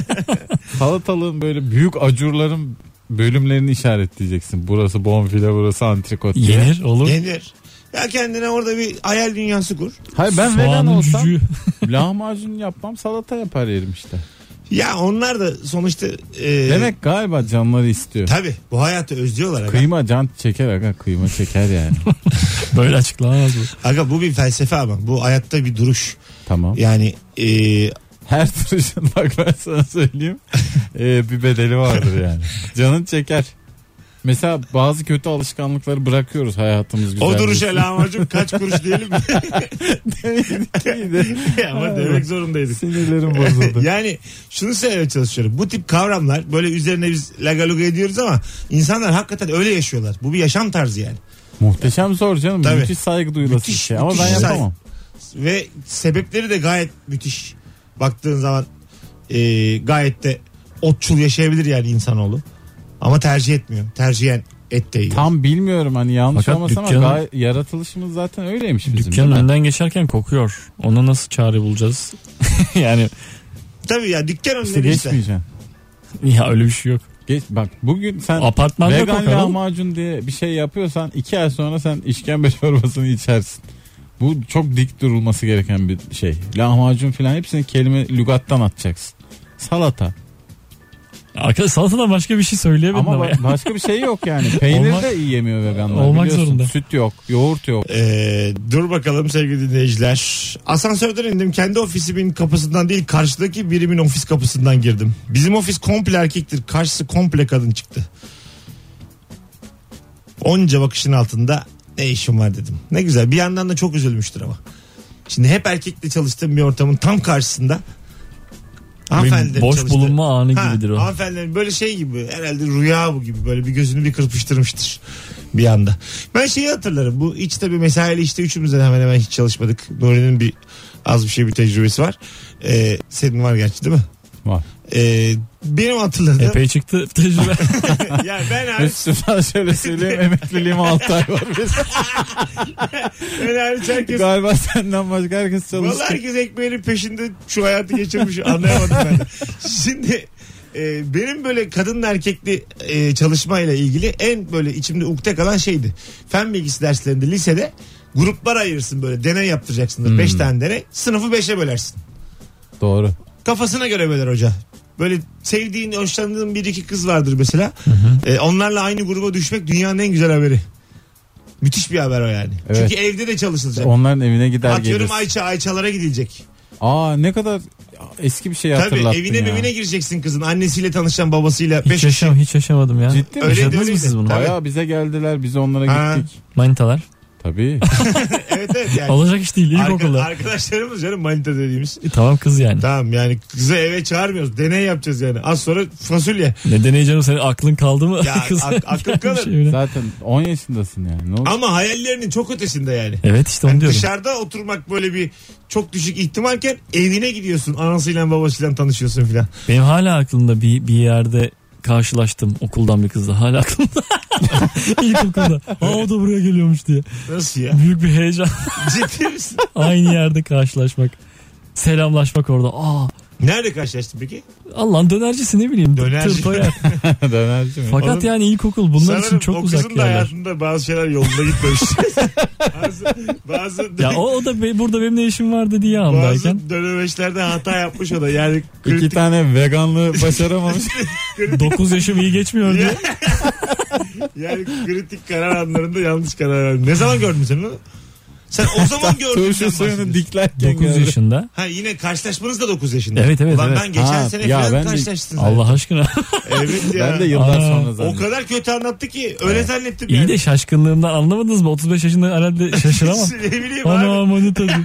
S3: Salatalığın böyle büyük acurların bölümlerini işaretleyeceksin. Burası bonfile, burası antrikot diye.
S4: Yenir olur.
S2: yenir. Ya kendine orada bir hayal dünyası kur.
S3: Hayır ben vegan
S4: Soğanın
S3: olsam
S4: cücüğü.
S3: lahmacun yapmam salata yapar yerim işte.
S2: Ya onlar da sonuçta... e,
S3: Demek galiba canları istiyor.
S2: Tabii bu hayatı özlüyorlar. Aga.
S3: Kıyma can çeker aga kıyma çeker yani.
S4: Böyle açıklanamaz bu.
S2: Aga bu bir felsefe ama. Bu hayatta bir duruş.
S3: tamam.
S2: Yani e,
S3: Her duruşun bak ben sana söyleyeyim e, bir bedeli vardır yani. Canın çeker. Mesela bazı kötü alışkanlıkları bırakıyoruz hayatımız güzel.
S2: o duruşa lahmacun kaç kuruş diyelim. ama demek zorundaydık.
S3: Sinirlerim bozuldu.
S2: Yani şunu söylemeye çalışıyorum. Bu tip kavramlar böyle üzerine biz lagaluga ediyoruz ama insanlar hakikaten öyle yaşıyorlar. Bu bir yaşam tarzı yani.
S3: Muhteşem zor canım.
S2: Tabii.
S3: Müthiş saygı duyulası
S2: Müthiş,
S3: bir şey. Ama
S2: müthiş
S3: ben
S2: saygı.
S3: yapamam.
S2: Ve sebepleri de gayet müthiş. Baktığın zaman e, gayet de otçul yaşayabilir yani insanoğlu. Ama tercih etmiyor. Tercihen et de yiyor.
S3: Tam bilmiyorum hani yanlış
S4: Fakat
S3: olmasın ama
S4: dükkanın-
S3: gay- yaratılışımız zaten öyleymiş bizim.
S4: Dükkanın
S3: değil mi?
S4: önünden geçerken kokuyor. Ona nasıl çare bulacağız? yani
S2: Tabii ya dükkan önünde
S3: İşte
S2: işte.
S3: geçmeyeceksin.
S4: ya öyle bir şey yok.
S3: Geç bak bugün sen
S4: Apartmanda
S3: vegan
S4: kokar oğlum.
S3: lahmacun diye bir şey yapıyorsan iki ay sonra sen işkembe çorbasını içersin. Bu çok dik durulması gereken bir şey. Lahmacun filan hepsini kelime lügattan atacaksın. Salata.
S4: Arkadaş salatadan başka bir şey söyleyemedin
S3: Ama
S4: ama, ya.
S3: ba- başka bir şey yok yani. Peynir
S4: Olmak-
S3: de yiyemiyor veganlar.
S4: Olmak
S3: biliyorsun.
S4: zorunda.
S3: Süt yok, yoğurt yok.
S2: Ee, dur bakalım sevgili dinleyiciler. Asansörden indim. Kendi ofisimin kapısından değil karşıdaki birimin ofis kapısından girdim. Bizim ofis komple erkektir. Karşısı komple kadın çıktı. Onca bakışın altında ne işim var dedim. Ne güzel. Bir yandan da çok üzülmüştür ama. Şimdi hep erkekle çalıştığım bir ortamın tam karşısında hanımefendilerin
S4: boş
S2: çalıştığı-
S4: bulunma anı
S2: Ha,
S4: gibidir o.
S2: Hanımefendilerin böyle şey gibi herhalde rüya bu gibi böyle bir gözünü bir kırpıştırmıştır bir anda. Ben şeyi hatırlarım bu hiç tabii mesaili işte üçümüzden hemen hemen hiç çalışmadık. Nuri'nin bir az bir şey bir tecrübesi var. Ee, senin var gerçi değil mi?
S3: Var.
S2: Ee, benim hatırladığım
S4: Epey çıktı tecrübe.
S2: ya ben abi,
S3: Üstümden şöyle söyleyeyim emekliliğim 6 ay var. Biz-
S2: ben hariç herkes
S3: Galiba senden başka herkes çalıştı.
S2: Vallahi herkes ekmeğinin peşinde şu hayatı geçirmiş anlayamadım ben. de. Şimdi e, benim böyle kadınla erkekli e, çalışmayla ilgili en böyle içimde ukde kalan şeydi. Fen bilgisi derslerinde lisede gruplar ayırırsın böyle deney yaptıracaksındır. 5 tane deney sınıfı 5'e bölersin.
S3: Doğru.
S2: Kafasına göre böler hoca. Böyle sevdiğin, hoşlandığın bir iki kız vardır mesela. E, onlarla aynı gruba düşmek dünyanın en güzel haberi. Müthiş bir haber o yani.
S3: Evet.
S2: Çünkü evde de çalışılacak.
S3: Onların evine gider
S2: Atıyorum
S3: gelirsin.
S2: Ayça, Ayçalara gidilecek.
S3: Aa ne kadar eski bir şey
S2: Tabii
S3: hatırlattın
S2: evine
S3: ya.
S2: evine gireceksin kızın. Annesiyle tanışan babasıyla.
S4: hiç,
S2: Beş
S4: yaşam, hiç yaşamadım ya.
S3: Ciddi mi?
S4: Yaşadınız
S2: Öyleydi,
S4: mı
S2: öyleydi.
S4: siz bunu?
S2: Tabii.
S3: Bayağı bize geldiler biz onlara
S2: Ha.
S3: gittik.
S4: Manitalar.
S3: Tabii.
S2: evet evet yani.
S4: Olacak iş değil
S2: Arka-
S4: ilkokulda.
S2: arkadaşlarımız canım manita dediğimiz.
S4: E, tamam kız yani.
S2: Tamam yani kızı eve çağırmıyoruz. Deney yapacağız yani. Az sonra fasulye.
S4: Ne deneyeceğim senin aklın kaldı mı? şey
S2: Ya, ak- aklın
S4: gelmiş
S2: kalır.
S4: evine.
S3: Zaten 10 yaşındasın yani. Ne oldu?
S2: Ama hayallerinin çok ötesinde yani.
S4: Evet işte onu diyorum.
S2: Dışarıda oturmak böyle bir çok düşük ihtimalken evine gidiyorsun. Anasıyla babasıyla tanışıyorsun filan.
S4: Benim hala aklımda bir, bir yerde karşılaştım okuldan bir kızla. Hala aklımda. İlkokulda. Aa o da buraya geliyormuş diye.
S2: Nasıl ya?
S4: Büyük bir heyecan.
S2: Ciddi misin?
S4: Aynı yerde karşılaşmak. Selamlaşmak orada. Aa
S2: Nerede karşılaştın peki?
S4: Allah'ın dönercisi ne bileyim.
S2: Dönerci.
S4: Tırto yer.
S2: Ah.
S3: Dönerci mi?
S4: Fakat
S2: Oğlum,
S4: yani ilkokul bunlar için
S2: Sanırım
S4: çok
S2: o kızın
S4: uzak
S2: da
S4: yerler.
S2: hayatında bazı şeyler yolunda gitmemiş. bazı, bazı
S4: Ya o, o da be- burada benim ne işim var dedi ya andayken.
S2: Bazı dönemeçlerde hata yapmış o da. Yani
S3: İki
S2: kritik
S3: tane veganlığı başaramamış.
S4: 9 yaşım iyi geçmiyor diye.
S2: yani kritik karar anlarında yanlış karar verdim. Ne zaman gördün sen onu? Sen o zaman gördün. sen
S3: Turşu suyunu
S2: bahsediyorsun.
S3: diklerken
S4: 9
S3: gördüm.
S4: yaşında.
S2: Ha yine karşılaşmanız da 9 yaşında.
S4: Evet, evet,
S2: Ulan
S4: evet.
S2: ben geçen
S3: Ha,
S2: sene
S3: ya
S2: falan
S3: ben de-
S2: karşılaştım.
S4: Allah aşkına.
S2: Evet ya.
S3: Ben de yıllar
S4: Aa,
S3: sonra
S2: o
S3: zannettim.
S2: kadar kötü anlattı ki öyle zannettim
S4: İyi
S2: yani.
S4: de şaşkınlığımdan anlamadınız mı? 35 yaşında herhalde şaşıramam.
S3: Şey,
S2: ne bileyim
S4: Ana
S2: abi.
S4: manita diyor.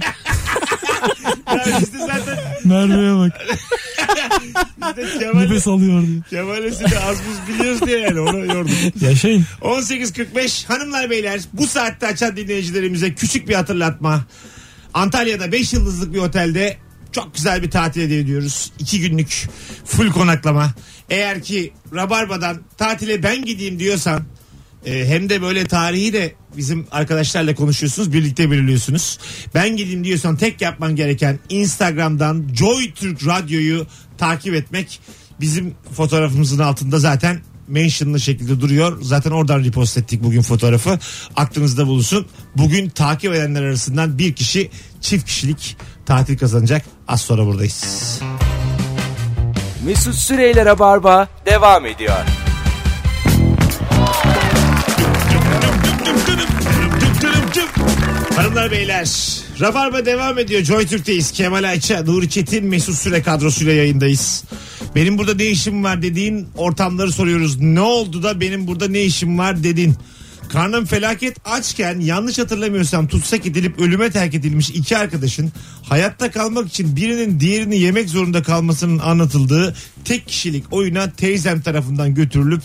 S2: Ya biz de zaten
S4: Merve'ye bak.
S2: biz de Kemal,
S4: Nefes alıyor diyor.
S2: Kemal Esin'i de az buz biliyoruz diye yani ona yorduk.
S4: Yaşayın.
S2: 18.45 hanımlar beyler bu saatte açan dinleyicilerimize küçük bir hatırlatma. Antalya'da 5 yıldızlık bir otelde çok güzel bir tatil hediye ediyoruz. 2 günlük full konaklama. Eğer ki Rabarba'dan tatile ben gideyim diyorsan e, hem de böyle tarihi de bizim arkadaşlarla konuşuyorsunuz birlikte belirliyorsunuz. Ben gideyim diyorsan tek yapman gereken Instagram'dan Joy Türk Radyo'yu takip etmek. Bizim fotoğrafımızın altında zaten mentionlı şekilde duruyor. Zaten oradan repost ettik bugün fotoğrafı. Aklınızda bulunsun. Bugün takip edenler arasından bir kişi çift kişilik tatil kazanacak. Az sonra buradayız.
S1: Mesut Süreyler'e barba devam ediyor.
S2: Hanımlar beyler Rabarba devam ediyor Joy Türk'teyiz Kemal Ayça, Nuri Çetin, Mesut Süre kadrosuyla yayındayız Benim burada ne işim var dediğin ortamları soruyoruz Ne oldu da benim burada ne işim var dedin Karnım felaket açken yanlış hatırlamıyorsam tutsak edilip ölüme terk edilmiş iki arkadaşın hayatta kalmak için birinin diğerini yemek zorunda kalmasının anlatıldığı tek kişilik oyuna teyzem tarafından götürülüp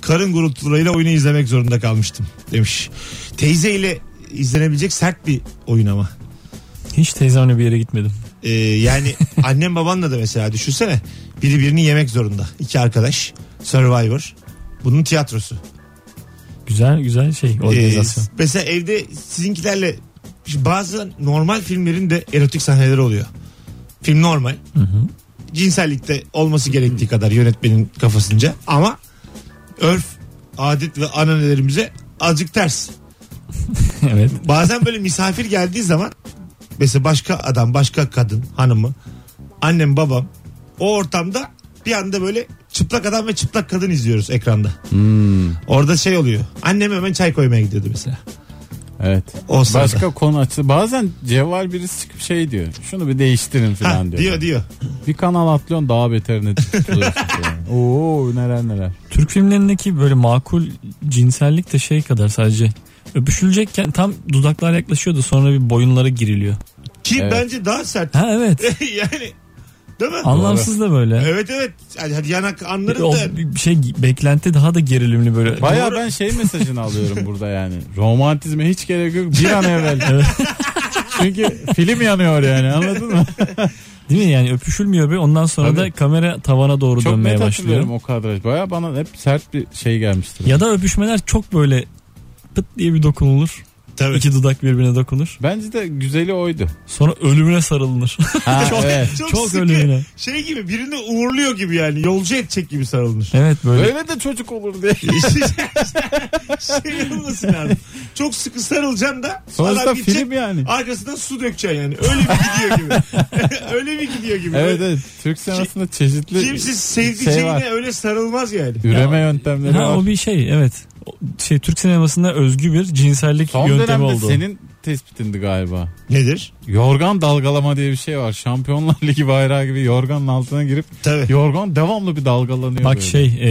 S2: karın gurultularıyla oyunu izlemek zorunda kalmıştım demiş. Teyze ile izlenebilecek sert bir oyun ama.
S4: Hiç teyzemle bir yere gitmedim.
S2: Ee, yani annem babanla da mesela düşünsene biri birini yemek zorunda. İki arkadaş Survivor. Bunun tiyatrosu.
S4: Güzel güzel şey organizasyon.
S2: Ee, mesela evde sizinkilerle şimdi bazı normal filmlerin de erotik sahneleri oluyor. Film normal. Cinsellikte olması gerektiği kadar yönetmenin kafasınca ama örf, adet ve ananelerimize azıcık ters.
S4: evet.
S2: Bazen böyle misafir geldiği zaman mesela başka adam, başka kadın, hanımı, annem, babam o ortamda bir anda böyle çıplak adam ve çıplak kadın izliyoruz ekranda.
S3: Hmm.
S2: Orada şey oluyor. Annem hemen çay koymaya gidiyordu mesela.
S3: Evet.
S2: O sırada.
S3: Başka konu açtı. Bazen cevval birisi çıkıp şey diyor. Şunu bir değiştirin
S2: Ha,
S3: falan diyor.
S2: diyor diyor.
S3: Bir kanal atlıyorsun daha beterine tutuluyorsun. yani. Oo neler neler.
S4: Türk filmlerindeki böyle makul cinsellik de şey kadar sadece. Öpüşülecekken tam dudaklar yaklaşıyordu sonra bir boyunlara giriliyor.
S2: Ki
S3: Evet.
S2: bence daha sert.
S4: Ha evet.
S2: yani değil mi?
S4: Anlamsız da böyle.
S2: Evet evet. Yani hadi yanak anlarım
S4: O
S2: da.
S4: bir şey beklenti daha da gerilimli böyle.
S3: Baya ben şey mesajını alıyorum burada yani. Romantizme hiç gerek yok. Bir an evvel. Evet. Çünkü film yanıyor yani anladın mı?
S4: Değil mi yani öpüşülmüyor be ondan sonra
S3: Tabii.
S4: da kamera tavana doğru
S3: Çok
S4: dönmeye
S3: net
S4: başlıyor.
S3: hatırlıyorum o kadraj. Baya bana hep sert bir şey gelmiştir.
S4: Ya da öpüşmeler çok böyle pıt diye bir dokunulur.
S2: Tabii.
S4: İki dudak birbirine dokunur.
S3: Bence de güzeli oydu.
S4: Sonra ölümüne sarılınır.
S3: Ha, evet.
S2: Çok,
S4: Çok
S2: sıkı.
S4: ölümüne.
S2: Şey gibi birini uğurluyor gibi yani. Yolcu edecek gibi sarılmış.
S4: Evet böyle.
S3: Öyle de çocuk olur diye.
S2: şey olmasın abi. Çok sıkı sarılacaksın da.
S3: Sonuçta
S2: adam gidecek,
S3: film yani.
S2: Arkasından su dökeceksin yani. Öyle bir gidiyor gibi. öyle bir gidiyor gibi.
S3: Evet evet.
S4: Şey-
S3: Türk sinemasında çeşitli
S2: Kimse
S3: şey
S2: sevdiceğine
S3: var.
S2: öyle sarılmaz yani.
S3: Üreme yöntemleri
S4: Ha,
S3: var.
S4: o bir şey evet. O Şey Türk sinemasında özgü bir cinsellik
S3: Son
S4: yöntemi
S3: dönemde
S4: oldu.
S3: senin tespitindi galiba.
S2: Nedir?
S3: Yorgan dalgalama diye bir şey var. Şampiyonlar Ligi bayrağı gibi yorganın altına girip
S2: Tabii.
S3: yorgan devamlı bir dalgalanıyor.
S4: Bak
S3: böyle.
S4: şey e,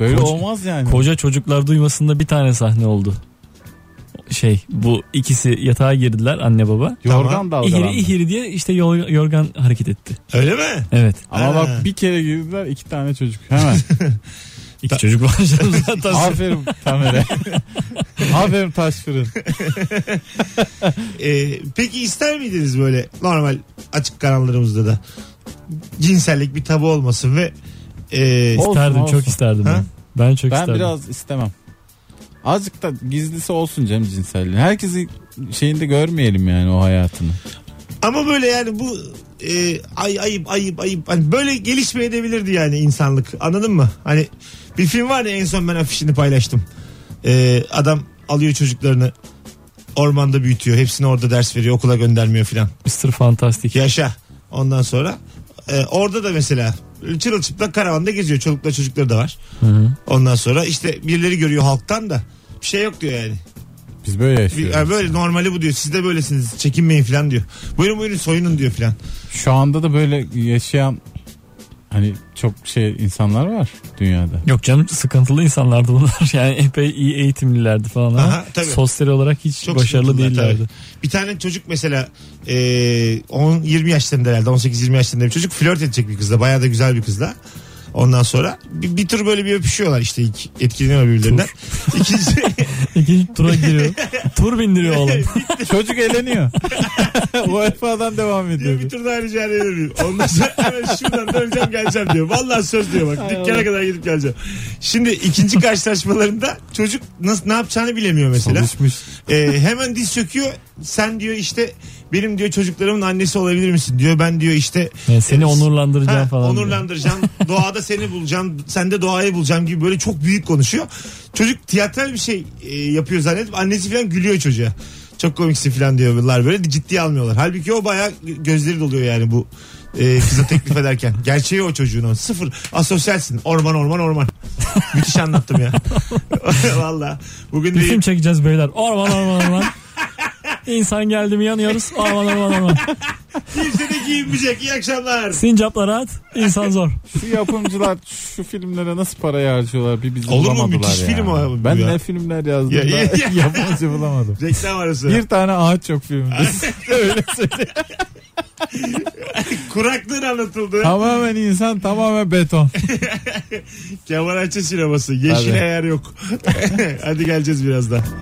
S3: Böyle
S4: koca,
S3: olmaz yani.
S4: koca çocuklar duymasında bir tane sahne oldu. Şey bu ikisi yatağa girdiler anne baba.
S3: yorgan
S2: Tamam.
S3: dalgalanma.
S4: İhiri ihiri diye işte yor- yorgan hareket etti.
S2: Öyle mi?
S4: Evet.
S3: Ama
S2: Ha.
S3: bak bir kere girdiler iki tane çocuk. Hemen.
S4: İki çocuk var canım zaten.
S3: Aferin Tamer'e. Aferin taş fırın.
S2: Ee, peki ister miydiniz böyle normal açık kanallarımızda da cinsellik bir tabu olmasın ve e,
S3: Olsun,
S4: isterdim
S3: olsun.
S4: çok isterdim
S2: Ha?
S4: ben. Ben çok
S3: Ben
S4: isterdim.
S3: biraz istemem. Azıcık da gizlisi olsun Cem cinselliğin. Herkesi şeyinde görmeyelim yani o hayatını.
S2: ama böyle yani bu e, ay ayıp ayıp ayıp hani böyle gelişme edebilirdi yani insanlık anladın mı? Hani bir film var ya en son ben afişini paylaştım. Ee, adam alıyor çocuklarını ormanda büyütüyor. Hepsini orada ders veriyor okula göndermiyor filan.
S4: Mr. Fantastic.
S2: Yaşa. Ondan sonra e, orada da mesela çırılçıplak karavanda geziyor. Çolukla çocukları da var. Ondan sonra işte birileri görüyor halktan da bir şey yok diyor yani.
S3: Biz böyle
S2: Bir-
S3: yaşıyoruz.
S2: yani böyle normali bu diyor. Siz de böylesiniz. Çekinmeyin falan diyor. Buyurun buyurun soyunun diyor falan.
S3: Şu anda da böyle yaşayan hani çok şey insanlar var dünyada.
S4: Yok canım sıkıntılı insanlardı bunlar. Yani epey iyi eğitimlilerdi falan ama
S2: Aha, tabii.
S4: sosyal olarak hiç
S2: Çok
S4: başarılı
S2: sıkıntılar
S4: değillerdi.
S2: tabii. Bir tane çocuk mesela e, 10 20 yaşlarında herhalde 18 20 yaşlarında bir çocuk flört edecek bir kızla. Bayağı da güzel bir kızla. Ondan sonra bir, bir tür böyle bir öpüşüyorlar işte ilk etkileniyor birbirlerinden. İkinci
S4: İkinci tura giriyor. Tur bindiriyor oğlum.
S3: Çocuk eğleniyor. UEFA'dan devam
S2: Diyor
S3: ediyor.
S2: bir tur daha rica ederim. Ondan sonra hemen şuradan döneceğim geleceğim diyor. Vallahi söz diyor bak. Dükkana kadar gidip geleceğim. Şimdi ikinci karşılaşmalarında çocuk nasıl ne yapacağını bilemiyor mesela.
S3: Çalışmış.
S2: Ee, hemen diz çöküyor. Sen diyor işte benim diyor çocuklarımın annesi olabilir misin diyor. Ben diyor işte e,
S4: Yani seni onurlandıracağım
S2: Ha,
S4: falan. diyor.
S2: Onurlandıracağım. doğada seni bulacağım. Sen de doğayı bulacağım gibi böyle çok büyük konuşuyor. Çocuk tiyatral bir şey e, yapıyor zannedip annesi falan gülüyor çocuğa. Çok komiksin falan diyorlar böyle ciddiye almıyorlar. Halbuki o baya gözleri doluyor yani bu e, kıza teklif ederken. Gerçeği o çocuğun o. Sıfır. Asosyalsin. Orman orman orman. Müthiş anlattım ya. Valla. Bugün
S4: Bir
S2: de
S4: film çekeceğiz beyler. Orman orman orman. İnsan geldi mi yanıyoruz. Orman orman orman.
S2: kimse de giyinmeyecek. şey. İyi akşamlar.
S4: Sincaplar rahat. insan zor.
S3: Şu yapımcılar şu filmlere nasıl parayı harcıyorlar bir bizi
S2: Olur mu?
S3: bulamadılar
S2: Müthiş
S3: ya.
S2: film o
S3: Ben
S2: ya.
S3: ne filmler yazdım
S2: Ya-
S3: ya,
S2: ya-
S3: yabancı bulamadım.
S2: Reklam arası.
S3: Bir tane ağaç yok filmde. Öyle söyleyeyim.
S2: Kuraklığın anlatıldı.
S3: tamamen insan tamamen beton.
S2: Kemal Ayça sineması. Yeşil
S3: Tabii.
S2: ayar yok. Hadi geleceğiz birazdan.